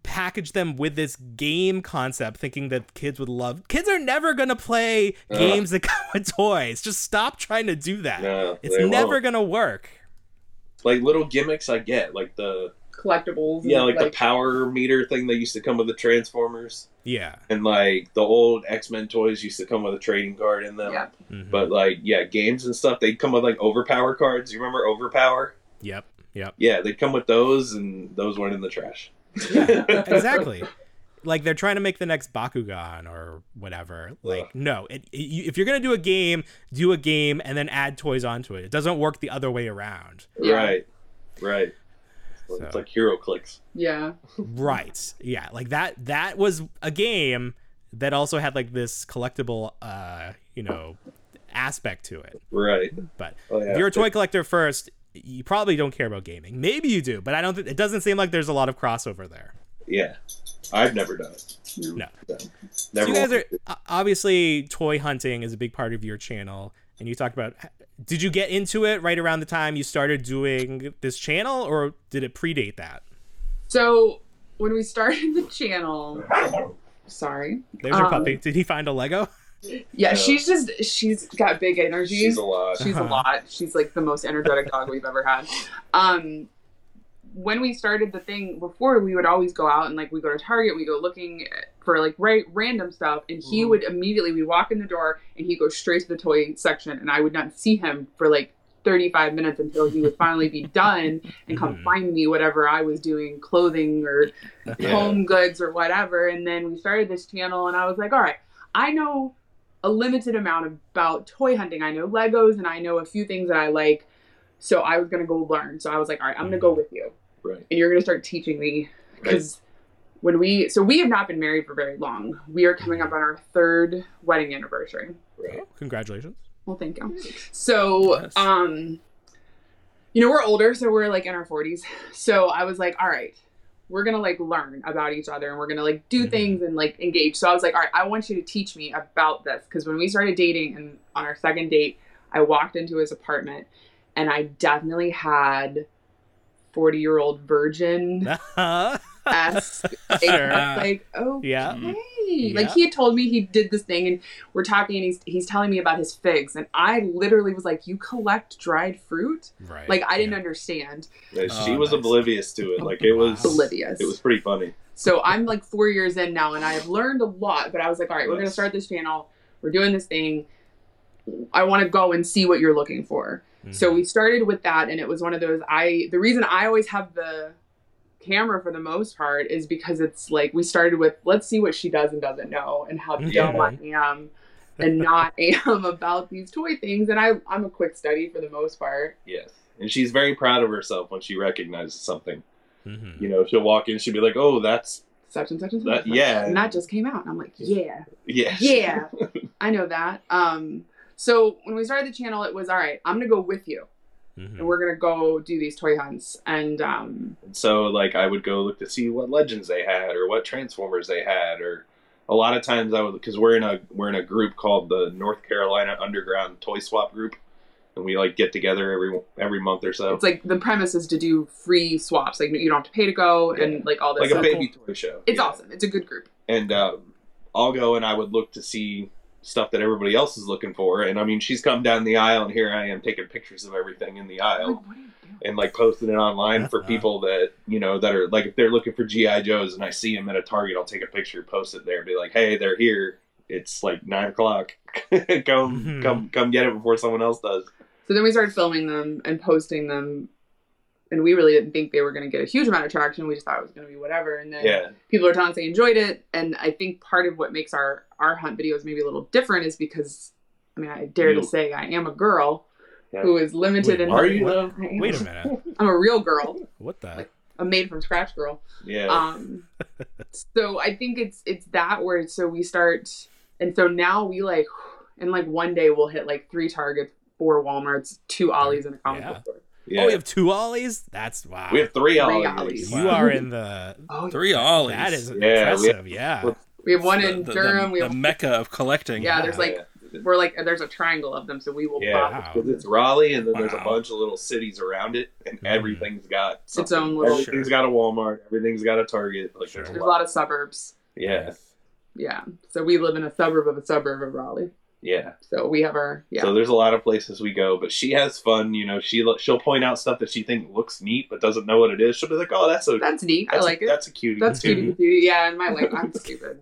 S5: package them with this game concept thinking that kids would love kids are never going to play games that come with toys just stop trying to do that
S8: No,
S5: it's
S8: they
S5: never
S8: won't.
S5: going to work
S8: Like little gimmicks I get, like the
S7: collectibles.
S8: yeah,
S7: and,
S8: like, the power meter thing that used to come with the Transformers,
S5: yeah
S8: and like the old X Men toys used to come with a trading card in them.
S7: Yeah.
S5: Mhm.
S8: But like yeah, games and stuff they'd come with like overpower cards. You remember overpower?
S5: yep yep
S8: Yeah, they'd come with those, and those went in the trash.
S5: exactly. Like they're trying to make the next Bakugan or whatever. Like
S8: Ugh.
S5: no, it, it- you- if you're gonna do a game, do a game and then add toys onto it. It doesn't work the other way around.
S7: Yeah.
S8: Right. Right. It's
S5: So-
S8: like hero clicks.
S7: yeah,
S5: right. Yeah. Like that. That was a game that also had like this collectible, uh, you know, aspect to it.
S8: Right.
S5: But
S8: Oh, yeah.
S5: if you're a toy collector first, you probably don't care about gaming. Maybe you do, but I don't. Th- it doesn't seem like there's a lot of crossover there.
S8: Yeah. I've never done it.
S5: No. so
S8: Never
S5: you guys
S8: will.
S5: are o- obviously toy hunting is a big part of your channel, and you talked about. Did you get into it right around the time you started doing this channel, or did it predate that?
S7: So when we started the channel, sorry.
S5: There's your
S7: Um,
S5: puppy. Did he find a Lego?
S7: Yeah,
S8: Yeah.
S7: she's just she's got big energy.
S8: She's a lot.
S7: She's a lot. She's like the most energetic dog we've ever had. Um, when we started the thing before, we would always go out and like we go to Target, we go looking for like right random stuff, and he would immediately we walk in the door and he goes straight to the toy section, and I would not see him for like. 35 minutes until he would finally be done and come
S5: Mhm.
S7: find me whatever I was doing clothing or
S8: Yeah.
S7: home goods or whatever. And then we started this channel, and I was like, all right, I know a limited amount about toy hunting. I know Legos, and I know a few things that I like. So I was going to go learn. So I was like, all right, I'm going to go with you,
S8: Right.
S7: and you're going to start teaching me. Because when we, so we have not been married for very long. We are coming up on our third wedding anniversary.
S8: Right.
S5: Congratulations.
S7: Well, thank you. So,
S1: Yes.
S7: um, you know, we're older, so we're like in our 40s. So I was like, all right, we're gonna like learn about each other and we're gonna like do
S5: Mhm.
S7: things and like engage. So I was like, all right, I want you to teach me about this because when we started dating and on our second date, I walked into his apartment and I definitely had 40 year old virgin esque. like, oh,
S5: yeah.
S8: Mm-hmm.
S7: Hey, Like
S5: Yeah.
S7: he had told me he did this thing, and we're talking, and he's he's telling me about his figs, and I literally was like, "You collect dried fruit?"
S5: Right.
S7: Like I didn't
S5: Yeah.
S7: understand,
S8: Yeah,
S1: Oh,
S8: she was
S1: nice.
S8: oblivious to it. Like it was
S7: oblivious.
S8: It was pretty funny.
S7: So I'm like four years in now, and I have learned a lot. But I was like, "All right, we're gonna
S8: Nice.
S7: start this channel. We're doing this thing. I want to go and see what you're looking for."
S5: Mm-hmm.
S7: So we started with that, and it was one of those. I the reason I always have the camera for the most part is because it's like we started with let's see what she does and doesn't know, and how
S5: Yeah.
S7: dumb I am and not am about these toy things. And I I'm a quick study for the most part.
S8: Yes. And she's very proud of herself when she recognizes something.
S5: Mhm.
S8: You know, she'll walk in, she'll be like, "Oh, that's
S7: Such and such and such.
S8: That-
S7: and such.
S8: yeah.
S7: and that just came out, and I'm like, yeah.
S8: yeah,
S7: yeah i know that um so when we started the channel it was all right i'm gonna go with you
S5: Mhm.
S7: and we're gonna go do these toy hunts and um
S8: And so like I would go look to see what legends they had or what transformers they had or a lot of times I would because we're in a we're in a group called the North Carolina Underground Toy Swap Group, and we like get together every every month or so.
S7: it's like the premise is to do free swaps like you don't have to pay to go
S8: Yeah.
S7: and like all this
S8: Like a
S7: stuff.
S8: baby toy show.
S7: it's
S8: Yeah.
S7: awesome it's a good group
S8: and um, I'll go and I would look to see stuff that everybody else is looking for. And I mean, she's come down the aisle, and here I am taking pictures of everything in the aisle and like posting it online for people that you know that are like if they're looking for GI Joes and I see them at a Target, I'll take a picture, post it there, be like, hey, they're here. It's like nine o'clock. come, come, come get it before someone else does.
S7: So then we started filming them and posting them, and we really didn't think they were going to get a huge amount of traction. We just thought it was going to be whatever. And then
S8: Yeah.
S7: people are telling us they enjoyed it, and I think part of what makes our our hunt videos maybe a little different is because, I mean, I dare
S8: You-
S7: to say I am a girl who is limited
S8: Wait,
S7: in.
S8: are you though?
S7: I am.
S5: Wait a minute.
S7: I'm a real girl,
S5: What the?
S7: a made from scratch girl.
S8: Yeah.
S7: Um, so I think it's it's that where so we start, and so now we like, and like one day we'll hit like three targets, four WalMarts, two Ollies, and a comic book
S5: Yeah.
S7: store.
S8: yeah.
S5: Oh, we have two ollies. That's wow.
S8: we have three
S7: Three
S8: Ollies.
S7: Ollies.
S5: you are in the.
S7: Oh,
S1: Three ollies.
S5: That is
S8: we have-
S5: impressive. Yeah.
S7: we have one
S1: The-
S7: in
S1: the- the-
S7: Durham. we
S1: the
S7: have,
S1: mecca of collecting.
S7: yeah, there's like we're like there's a triangle of them, so we will
S8: Yeah,
S7: pop
S5: Wow.
S8: 'cause it's Raleigh, and then there's a
S5: Wow.
S8: bunch of little cities around it, and
S5: Mhm.
S8: everything's got
S7: its
S8: something.
S7: own little.
S8: Everything's got a Walmart. Everything's got a Target. Like
S5: Sure.
S8: there's
S7: There's a lot of suburbs.
S8: Yeah,
S7: Yeah, so we live in a suburb of a suburb of Raleigh.
S8: yeah.
S7: So we have our yeah.
S8: So there's a lot of places we go, but she has fun. You know, she lo- she'll point out stuff that she thinks looks neat, but doesn't know what it is. She'll be like, "Oh, that's a
S7: that's neat. I
S8: that's
S7: like
S8: a,
S7: it.
S8: That's a cutie.
S7: That's
S8: too."
S7: cutie patootie. Yeah, in my language, I'm stupid.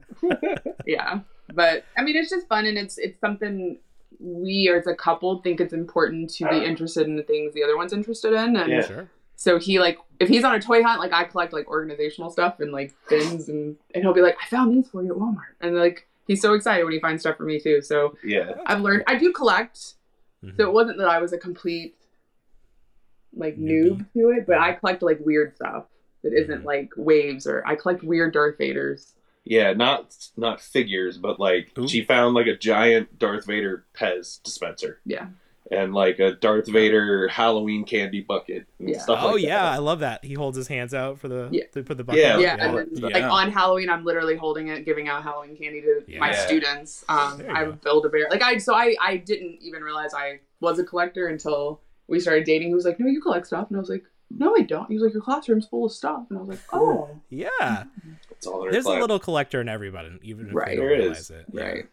S7: yeah, but I mean, it's just fun, and it's it's something we as a couple think it's important to be interested in the things the other one's interested in, and
S8: Yeah.
S5: Sure.
S7: so he like if he's on a toy hunt, like I collect like organizational stuff and like bins, and and he'll be like, I found these for you at Walmart, and like he's so excited when he finds stuff for me too. So
S8: Yeah,
S7: I've learned I do collect, so
S5: Mm-hmm.
S7: it wasn't that I was a complete like noob to it, but I collect like weird stuff that isn't
S5: Mm-hmm.
S7: like waves or I collect weird Darth Vaders.
S8: yeah. Not not figures, but like
S1: Ooh.
S8: she found like a giant Darth Vader Pez dispenser.
S7: Yeah.
S8: and like a Darth Vader Halloween candy bucket and
S7: Yeah.
S8: stuff like
S5: oh
S8: that.
S5: yeah, I love that. He holds his hands out for the
S7: Yeah.
S5: to put the bucket.
S8: Yeah.
S5: on.
S7: yeah, and then,
S1: Yeah.
S7: like on Halloween, I'm literally holding it, giving out Halloween candy to my
S8: Yeah.
S7: students. Um,
S5: There you
S7: I
S5: go.
S7: build a bear. Like I, so I, I didn't even realize I was a collector until we started dating. He was like, "No, you collect stuff," and I was like, "No, I don't." He was like, "Your classroom's full of stuff," and I was like, "Oh,
S5: Yeah.
S8: It's all in her
S5: There's a
S8: class.
S5: little collector in everybody, even if
S7: Right.
S5: they don't
S8: There is.
S5: realize it. Yeah.
S7: right."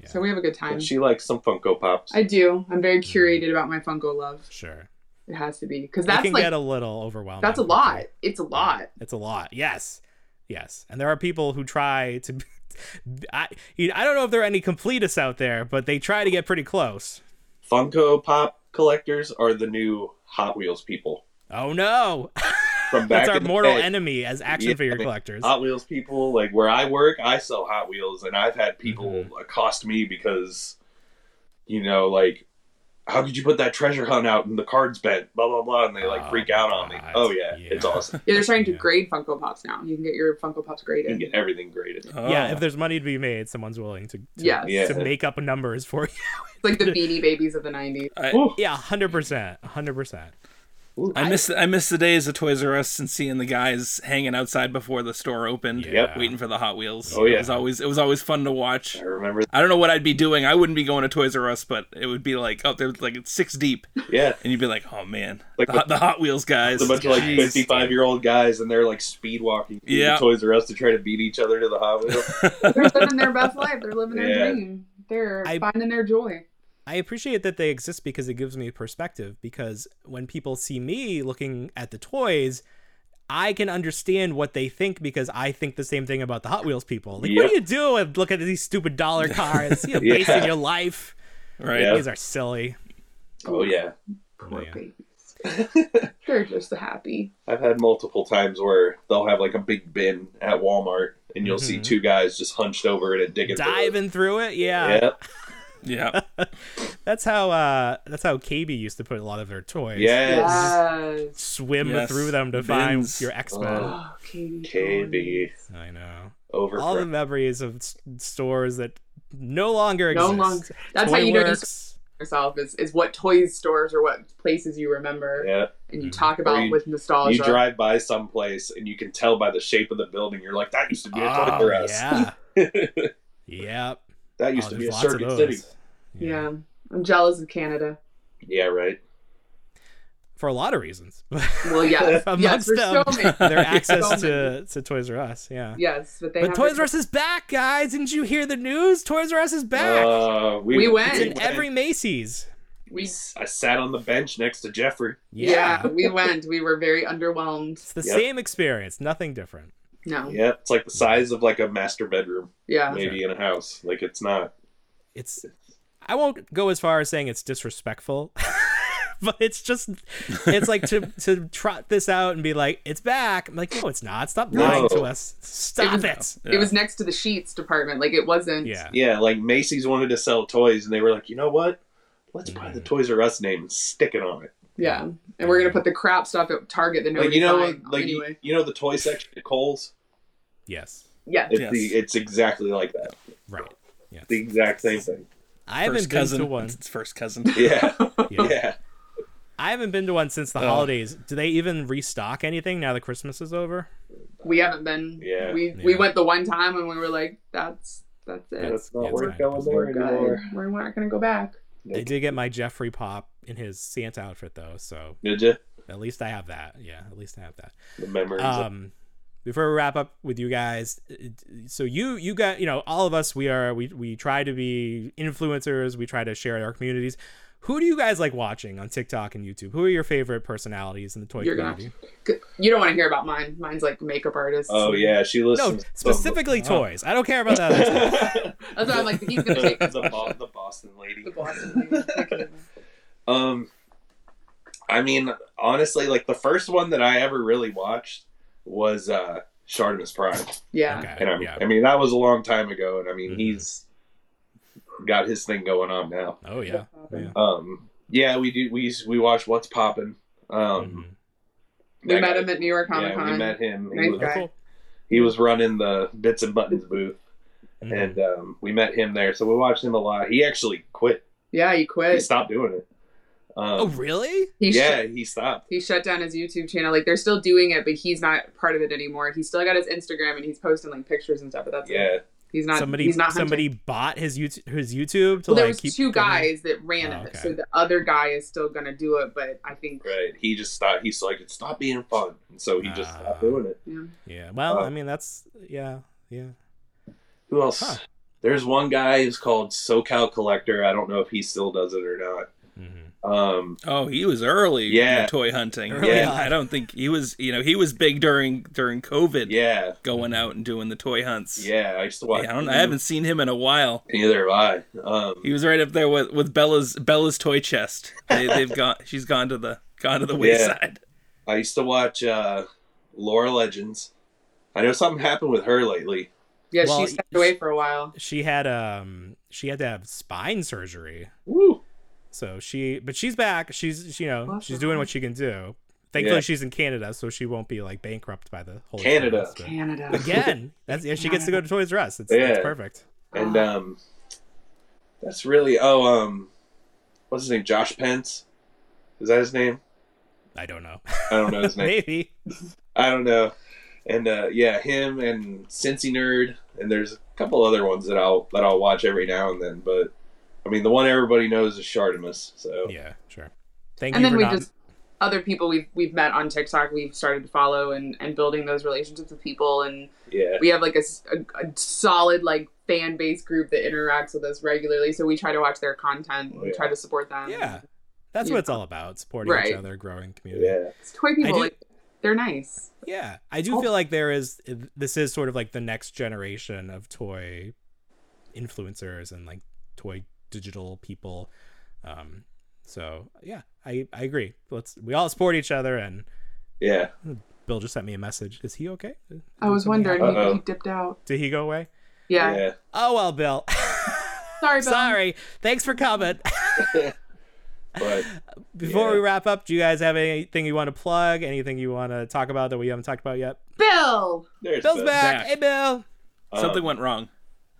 S5: Yeah.
S7: So we have a good time.
S8: And she likes some Funko Pops.
S7: I do. I'm very curated about my Funko love.
S5: Sure.
S7: It has to be because
S5: That
S7: that's
S5: can
S7: like
S5: get a little overwhelming.
S7: that's a
S5: quickly.
S7: lot. It's a lot.
S5: It's a lot. Yes. Yes. And there are people who try to. I you know, I don't know if there are any completists out there, but they try to get pretty close.
S8: Funko Pop collectors are the new Hot Wheels people.
S5: Oh no!
S8: From back
S5: That's our
S8: in the
S5: mortal
S8: day,
S5: enemy as action
S8: Yeah, Oh.
S5: figure
S8: I mean,
S5: collectors.
S8: Hot Wheels people, like where I work, I sell Hot Wheels, and I've had people accost me because, you know, like, how could you put that treasure hunt out and the cards bent, blah blah blah, and they like
S5: Oh,
S8: freak out on me.
S5: God.
S8: Oh yeah,
S5: Yeah.
S8: it's awesome.
S7: Yeah, they're trying to
S5: Yeah.
S7: grade Funko Pops now. You can get your Funko Pops
S8: You can
S7: graded.
S8: get everything graded.
S1: Oh.
S5: Yeah, if there's money to be made, someone's willing to to,
S7: Yes.
S8: Yeah.
S5: to make up numbers for you.
S7: It's like the Beanie Babies of the '90s.
S1: I-
S5: yeah, hundred percent, hundred percent.
S1: I miss I miss the days of Toys R Us and seeing the guys hanging outside before the store opened,
S8: Yep.
S1: waiting for the Hot Wheels.
S8: Oh, yeah.
S1: it was always it was always fun to watch.
S8: I remember.
S1: I don't know what I'd be doing. I wouldn't be going to Toys R Us, but it would be like, oh, there's like it's six deep,
S8: Yeah,
S1: and you'd be like, oh man,
S8: Like
S1: the,
S8: the-
S1: Hot- the Hot Wheels guys,
S8: It's a bunch of like
S1: Jeez.
S8: 55 year old guys, and they're like speed walking through
S1: Yeah.
S8: the Toys R Us to try to beat each other to the Hot Wheels.
S7: they're living their best life. They're living their
S8: Yeah.
S7: dream. They're
S5: I-
S7: finding their joy.
S5: I appreciate that they exist because it gives me perspective. Because when people see me looking at the toys, I can understand what they think because I think the same thing about the Hot Wheels people. Like, what
S8: Yep.
S5: do you do? And look at these stupid dollar cars, you know,
S8: Yeah.
S5: wasting your life.
S1: right?
S8: Yeah.
S5: These are silly.
S8: oh yeah,
S7: Poor
S5: Yeah.
S7: babies. they're just happy.
S8: I've had multiple times where they'll have like a big bin at Walmart, and you'll see two guys just hunched over it and digging. through it.
S5: Mm-hmm. Diving through it, yeah.
S8: Yeah,
S1: Yeah,
S5: That's how uh that's how KB used to put a lot of her toys.
S8: yes,
S7: Yes.
S5: Swim
S1: Yes.
S5: through them to
S1: Bins.
S5: find your X Men.
S8: Oh.
S7: Oh, Katie.
S8: KB
S5: I know.
S8: over.
S5: All the memories of s- stores that no longer
S7: No
S5: exist.
S7: longer. That's how
S5: Toy
S7: you know you
S5: Works.
S7: yourself is, is what toys stores or what places you remember
S8: yeah,
S7: and you talk
S8: Or
S7: about
S8: you-
S7: with nostalgia.
S8: you drive by someplace and you can tell by the shape of the building. You're like, that used to be a Toys
S7: Ah,
S5: Oh,
S8: R Us.
S5: yeah. yep.
S8: That used
S5: Oh,
S8: to be a
S5: there's lots of
S8: Circuit
S5: those.
S8: City.
S7: yeah. I'm jealous of Canada.
S8: Yeah, right.
S5: for a lot of reasons.
S7: Well, yes. Yes,
S5: amongst
S7: for so
S5: them,
S7: many.
S5: their access
S7: So
S5: to, to Toys R Us. Yeah.
S7: Yes, but they
S5: But
S7: have
S5: Toys
S7: their-
S5: R Us is back, guys. Didn't you hear the news? Toys R Us is back.
S8: Uh, we,
S7: We went.
S5: it's
S8: we
S5: in every Macy's.
S7: We
S8: I sat on the bench next to Jeffrey.
S7: yeah. we went. We were very underwhelmed.
S5: It's the
S8: Yep.
S5: same experience, nothing different.
S7: No.
S8: Yeah, it's like the size of like a master bedroom,
S7: Yeah.
S8: maybe in a house. Like it's not.
S5: It's I won't go as far as saying it's disrespectful. But it's just, it's like to to trot this out and be like, it's back. I'm like, no, it's not. Stop lying to
S8: No.
S5: us. Stop it.
S7: It was next to the sheets department. Like it wasn't.
S5: Yeah.
S8: Yeah, like Macy's wanted to sell toys, and they were like, you know what? Let's buy the Toys R Us name and stick it on it.
S7: Yeah. And we're gonna put the crap stuff at Target that nobody
S8: Like you know,
S7: buying.
S8: like you-
S7: anyway.
S8: you know the toy section at Kohl's.
S5: Yes.
S7: Yeah.
S8: It's
S1: Yes.
S8: the it's exactly like that.
S5: Right. Yes.
S8: The exact same thing.
S5: I haven't
S1: first
S5: been
S1: cousin.
S5: to one.
S1: It's its first cousin.
S8: Yeah,
S5: Yeah.
S8: yeah.
S5: I haven't been to one since the holidays. Do they even restock anything now that Christmas is over?
S7: We haven't been.
S8: Yeah.
S7: We we
S5: Yeah.
S7: went the one time and we were like, that's that's it.
S8: That's
S5: yeah,
S8: not
S5: it's
S8: worth
S5: kind
S8: going
S5: of
S8: there
S7: Good.
S8: anymore.
S7: We're not gonna go back.
S5: They did get my Jeffrey Pop in his Santa outfit though, so
S8: Did you?
S5: at least I have that. Yeah, at least I have that.
S8: The memories. of
S5: Um, before we wrap up with you guys, it- so you you got you know all of us we are we we try to be influencers. We try to share our communities. Who do you guys like watching on TikTok and YouTube? Who are your favorite personalities in the toy
S7: You're gonna-
S5: community?
S7: You don't want to hear about mine. Mine's like makeup artists.
S8: oh yeah, she
S5: No,
S8: listens. to some-
S5: specifically toys. I don't care about
S8: uh,
S5: that. Other stuff.
S7: That's why I'm like,
S8: the,
S7: he's gonna take
S8: the, Bo- the Boston lady.
S7: the Boston.
S8: Um, I mean, honestly, like the first one that I ever really watched was uh Shardimus Prime,
S7: yeah.
S5: Okay,
S8: and I,
S5: yeah.
S8: I mean that was a long time ago, and I mean
S5: Mhm.
S8: he's got his thing going on now.
S5: Oh yeah. Yeah.
S8: Um, yeah, we do. We we watch What's Poppin'. Um,
S5: Mhm.
S7: We
S8: that
S7: met
S8: guy-
S7: him at New York Comic
S8: Yeah, we
S7: Con.
S8: met him. He
S7: Nice
S8: was,
S5: Oh,
S7: guy.
S5: cool.
S8: he was running the Bits and Buttons booth,
S5: Mhm.
S8: and um, we met him there. So we watched him a lot. He actually quit.
S7: yeah, he
S8: He
S7: quit.
S8: stopped doing it. Um,
S5: Oh really?
S7: He sh-
S8: yeah, he stopped.
S7: he shut down his YouTube channel. Like they're still doing it, but he's not part of it anymore. He's still got his Instagram and he's posting like pictures and stuff. But that's it.
S8: Yeah,
S7: he's not.
S5: somebody
S7: he's not hunting.
S5: somebody bought his YouTube his YouTube to
S7: Well, there
S5: like
S7: was
S5: keep
S7: two
S5: going?
S7: guys that ran
S5: Oh,
S7: it,
S5: okay.
S7: so the other guy is still gonna do it. But I think
S8: Right. He just stopped. He's like, it stopped being fun. And so he just
S5: Ah.
S8: stopped doing it.
S7: yeah.
S5: Yeah. Well,
S8: Uh,
S5: I mean that's yeah yeah.
S8: Who else?
S5: Huh.
S8: There's one guy who's called SoCal Collector. I don't know if he still does it or
S5: Mhm.
S8: not. Um,
S1: Oh, he was early.
S8: Yeah.
S1: in toy hunting.
S5: Early
S1: yeah,
S5: on.
S1: I don't think he was. You know, he was big during during COVID.
S8: yeah.
S1: going out and doing the toy hunts.
S8: Yeah. I used to watch.
S1: Yeah, I don't. I haven't seen him in a while.
S8: Neither have I. Um,
S1: He was right up there with, with Bella's Bella's toy chest. They, they've gone. She's gone to the gone to the wayside.
S8: I used to watch uh, Lore Legends. I know something happened with her lately.
S7: yeah,
S5: Well,
S7: she stepped away for a while.
S5: She had um she had to have spine surgery.
S8: Woo.
S5: So she but she's back. She's she, you know
S7: Awesome.
S5: she's doing what she can do. Thankfully
S8: Yeah.
S5: she's in Canada, so she won't be like bankrupt by the whole
S8: Canada.
S5: experience, but-
S7: Canada.
S5: Again, that's yeah. She gets to go to Toys R Us. It's, it's
S8: Yeah.
S5: perfect.
S8: And
S1: Ah.
S8: um, that's really. Oh, um, what's his name? Josh Pence. Is that his name?
S5: I don't know.
S8: I don't know his name.
S5: Maybe.
S8: I don't know. And uh, yeah, him and Cincy Nerd, and there's a couple other ones that I'll that I'll watch every now and then. But I mean, the one everybody knows is Shardimus. So
S5: Yeah. Sure. Thank
S7: and
S5: you
S7: then
S5: for
S7: we
S5: not.
S7: just other people we've we've met on TikTok we've started to follow and and building those relationships with people and
S8: yeah,
S7: we have like a, s- a- a solid like fan base group that interacts with us regularly so we try to watch their content and
S8: Oh, yeah.
S7: try to support them
S5: yeah. That's what it's all about: supporting each
S7: Um, Right.
S5: other, growing community.
S8: yeah,
S7: It's toy people
S5: do-
S7: like, they're nice
S5: Yeah, I do feel like there is this is sort of like the next generation of toy influencers and like toy digital people. Um, so yeah, I I agree. Let's we all support each other. And
S8: yeah.
S5: Bill just sent me a message. Is he okay?
S7: i was wondering he-
S8: Uh-oh.
S7: he, dipped out
S5: Did he go away?
S7: yeah,
S8: yeah.
S5: Oh well, Bill.
S7: sorry Bill.
S5: Sorry. Thanks for coming.
S8: But
S5: Before
S8: Yeah.
S5: we wrap up, do you guys have anything you want to plug? Anything you want to talk about that we haven't talked about yet?
S7: bill
S8: there's
S5: Bill's
S8: the-
S5: back.
S1: back.
S5: Hey, Bill.
S8: um,
S1: Something went wrong.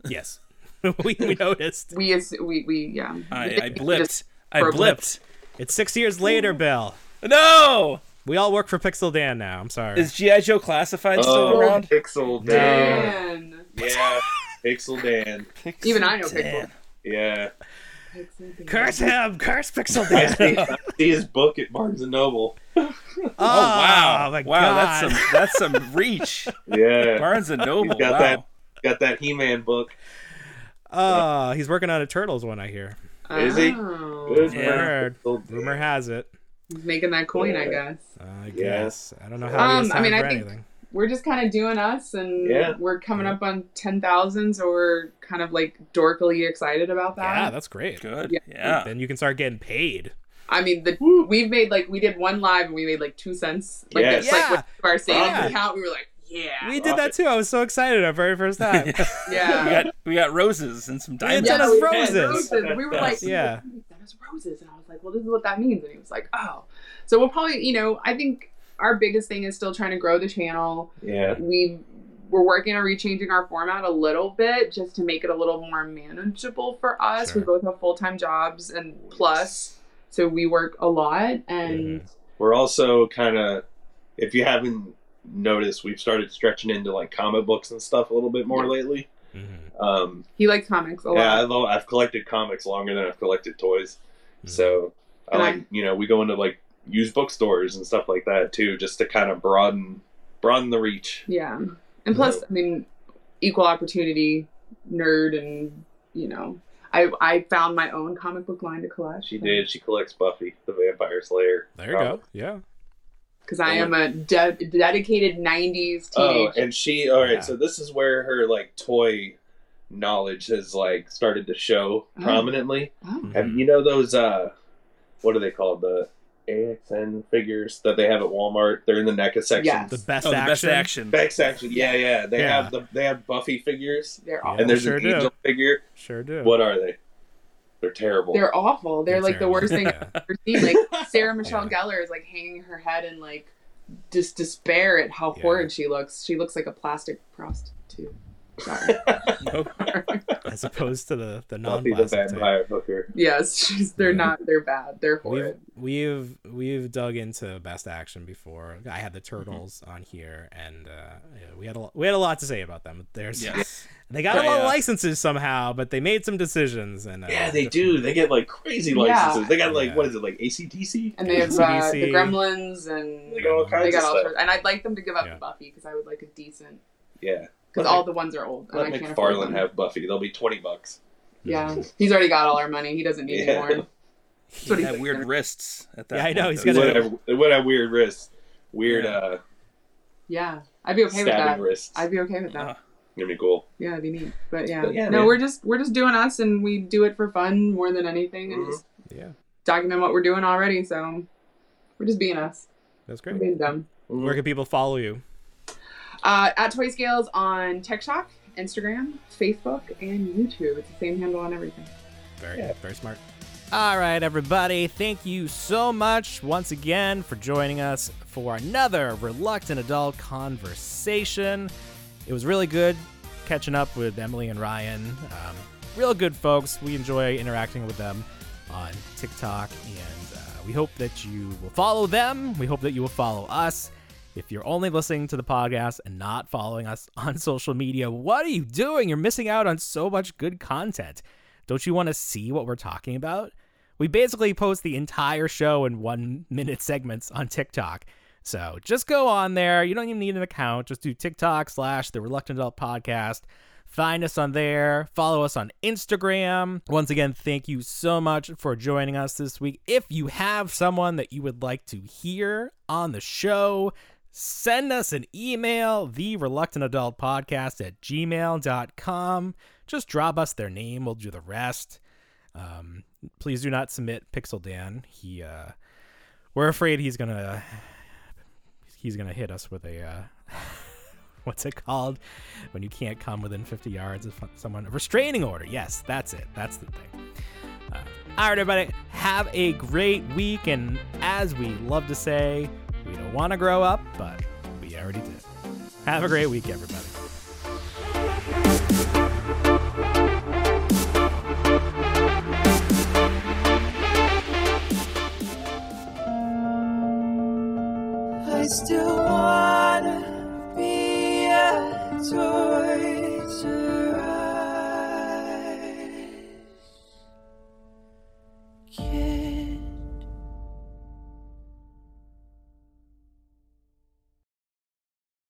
S5: Yes, we, we noticed.
S7: we is we we yeah
S1: I, I
S7: Just-
S1: blipped. I
S7: broke-
S1: blipped.
S5: It's six years later, Bill.
S1: No.
S5: We all work for Pixel Dan now. I'm sorry.
S1: Is GI Joe classified still
S8: Oh,
S1: around?
S8: Pixel Dan.
S7: Dan.
S8: Yeah, Pixel Dan.
S7: even i know pixel
S8: Yeah,
S9: Curse him! Curse Pixel
S8: I see,
S9: Dan!
S8: I see his book at Barnes and Noble.
S9: oh, wow! My
S1: wow,
S9: God.
S1: that's some that's some reach.
S8: Yeah,
S1: Barnes and
S8: he's
S1: Noble.
S8: got
S1: wow.
S8: that got that He-Man book.
S9: Uh, he's working on a Turtles one, I hear.
S8: Is he?
S7: Oh.
S8: Good
S1: Yeah.
S8: man.
S9: Heard. Rumor has it.
S7: He's making that coin, I guess.
S9: I guess.
S8: Yes.
S9: I don't know how
S7: Um,
S9: he
S7: I mean,
S9: assigned
S7: I
S9: for
S7: think-
S9: anything.
S7: We're just kind of doing us, and
S8: Yeah.
S7: we're coming up on ten thousand, so we're kind of like dorkily excited about that.
S9: Yeah, that's great.
S1: Good.
S7: Yeah.
S1: Yeah.
S9: Then you can start getting paid.
S7: I mean, the we've made like we did one live and we made like two cents. Like
S8: Yes.
S7: that's like
S9: Yeah.
S7: what our savings
S9: Yeah.
S7: account. We were like, yeah,
S9: We did that too. I was so excited our very first time.
S1: We
S7: yeah.
S1: got we got roses and some diamonds.
S9: Sent us
S7: we had
S9: roses.
S7: We were like,
S9: Yeah.
S7: yeah, sent us roses, and I was like, well, this is what that means. And he was like, oh, so we'll probably, you know, I think our biggest thing is still trying to grow the channel.
S8: Yeah.
S7: We we're working on rechanging our format a little bit just to make it a little more manageable for us.
S9: Sure.
S7: We both have full time jobs and plus, so we work a lot and.
S8: We're also kind of, if you haven't noticed, we've started stretching into like comic books and stuff a little bit more lately.
S5: Mm-hmm.
S9: Mhm.
S8: Um,
S7: He likes comics a lot.
S8: yeah, I lo- I've collected comics longer than I've collected toys,
S9: Mm-hmm.
S8: so I
S7: And
S8: like you know we go into like used bookstores and stuff like that too, just to kind of broaden broaden the reach.
S7: Yeah. And plus, I mean, equal opportunity nerd and, you know, I I found my own comic book line to collect.
S8: She did. She collects Buffy the Vampire Slayer. Um,
S9: There you go. Yeah.
S7: Because I am a de- dedicated 90s teenage.
S8: Oh, and she. All right,
S9: Yeah.
S8: so this is where her like toy knowledge has like started to show
S7: Oh.
S8: prominently.
S7: Oh.
S8: Have
S9: Mm-hmm.
S8: you know those uh what are they called? The AXN figures that they have at Walmart. They're in the NECA section.
S7: Yes.
S9: The best
S1: Oh, the
S9: action.
S1: best action.
S8: Back section. Yeah, yeah. They
S9: Yeah.
S8: have the they have Buffy figures
S7: They're
S9: Yeah.
S7: awful.
S8: and there's
S9: sure
S8: an
S9: do.
S8: angel figure.
S9: Sure do.
S8: What are they? They're terrible.
S7: They're awful. They're like the
S9: terrible.
S7: worst thing I've
S9: Yeah.
S7: ever seen. Like, Sarah Michelle Gellar is like hanging her head in like just despair at how
S9: Yeah.
S7: horrid she looks. She looks like a plastic prostitute. Sorry.
S9: As opposed to the the non
S8: Buffy the vampire hooker.
S7: yes, she's, they're
S9: Yeah.
S7: not. They're bad. They're
S9: We've
S7: horrid.
S9: we've we've dug into best action before. I had the
S8: Mm-hmm.
S9: turtles on here, and uh, yeah, we had a lo- we had a lot to say about them. There's
S1: Yes.
S9: they got a lot of
S1: Yeah.
S9: licenses somehow, but they made some decisions. And uh,
S8: Yeah, they
S9: just-
S8: do. They get like crazy
S7: Yeah.
S8: licenses. They got like
S9: Yeah.
S8: what is it, like ACDC?
S7: And they have uh,
S9: ACDC.
S7: the Gremlins and
S8: They got all kinds
S7: They got
S8: of
S7: all
S8: stuff.
S7: sorts. And I'd like them to give up
S9: Yeah.
S7: Buffy because I would like a decent.
S8: Yeah.
S7: Because
S8: Let
S7: all
S8: Mc-
S7: the ones are old. And
S8: Let
S7: I can't afford
S8: McFarlane
S7: them.
S8: have Buffy. They'll be twenty bucks.
S7: Yeah, he's already got all our money. He doesn't need
S8: Yeah.
S7: any more. That's
S1: He
S7: what he's
S1: had
S7: like.
S1: weird wrists at that
S9: Yeah, I
S1: point,
S9: know, he's
S1: though.
S9: got
S8: They
S9: a-
S8: would have, they would have weird wrists. Weird
S1: Yeah.
S8: uh
S7: Yeah, I'd be okay with that.
S8: stabbing wrists.
S7: I'd be okay with that.
S1: Uh,
S8: It'd be cool.
S7: yeah, it'd be neat. But yeah,
S8: But yeah,
S7: no,
S8: man.
S7: we're just we're just doing us, and we do it for fun more than anything, and
S8: Mhm.
S7: just
S9: Yeah,
S7: document what we're doing already. So we're just being us,
S9: that's
S7: we're
S9: great.
S7: being dumb.
S9: Where can people follow you?
S7: Uh, at Toy Scales on Tech Shock, Instagram, Facebook, and YouTube. It's the same handle on everything.
S9: Very very smart.
S5: All right, everybody. Thank you so much once again for joining us for another Reluctant Adult Conversation. It was really good catching up with Emily and Ryan. Um, real good folks. We enjoy interacting with them on TikTok, and uh, we hope that you will follow them. We hope that you will follow us. If you're only listening to the podcast and not following us on social media, what are you doing? You're missing out on so much good content. Don't you want to see what we're talking about? We basically post the entire show in one minute segments on TikTok. So just go on there. You don't even need an account. Just do TikTok slash the Reluctant Adult Podcast. Find us on there. Follow us on Instagram. Once again, thank you so much for joining us this week. If you have someone that you would like to hear on the show, send us an email the reluctant adult podcast at gmail.com just drop us their name we'll do the rest um, please do not submit pixel dan he uh, we're afraid he's gonna he's gonna hit us with a uh, what's it called when you can't come within 50 yards of someone a restraining order yes that's it that's the thing uh, all right everybody have a great week and as we love to say we don't want to grow up but we already did have a great week everybody
S10: I still want.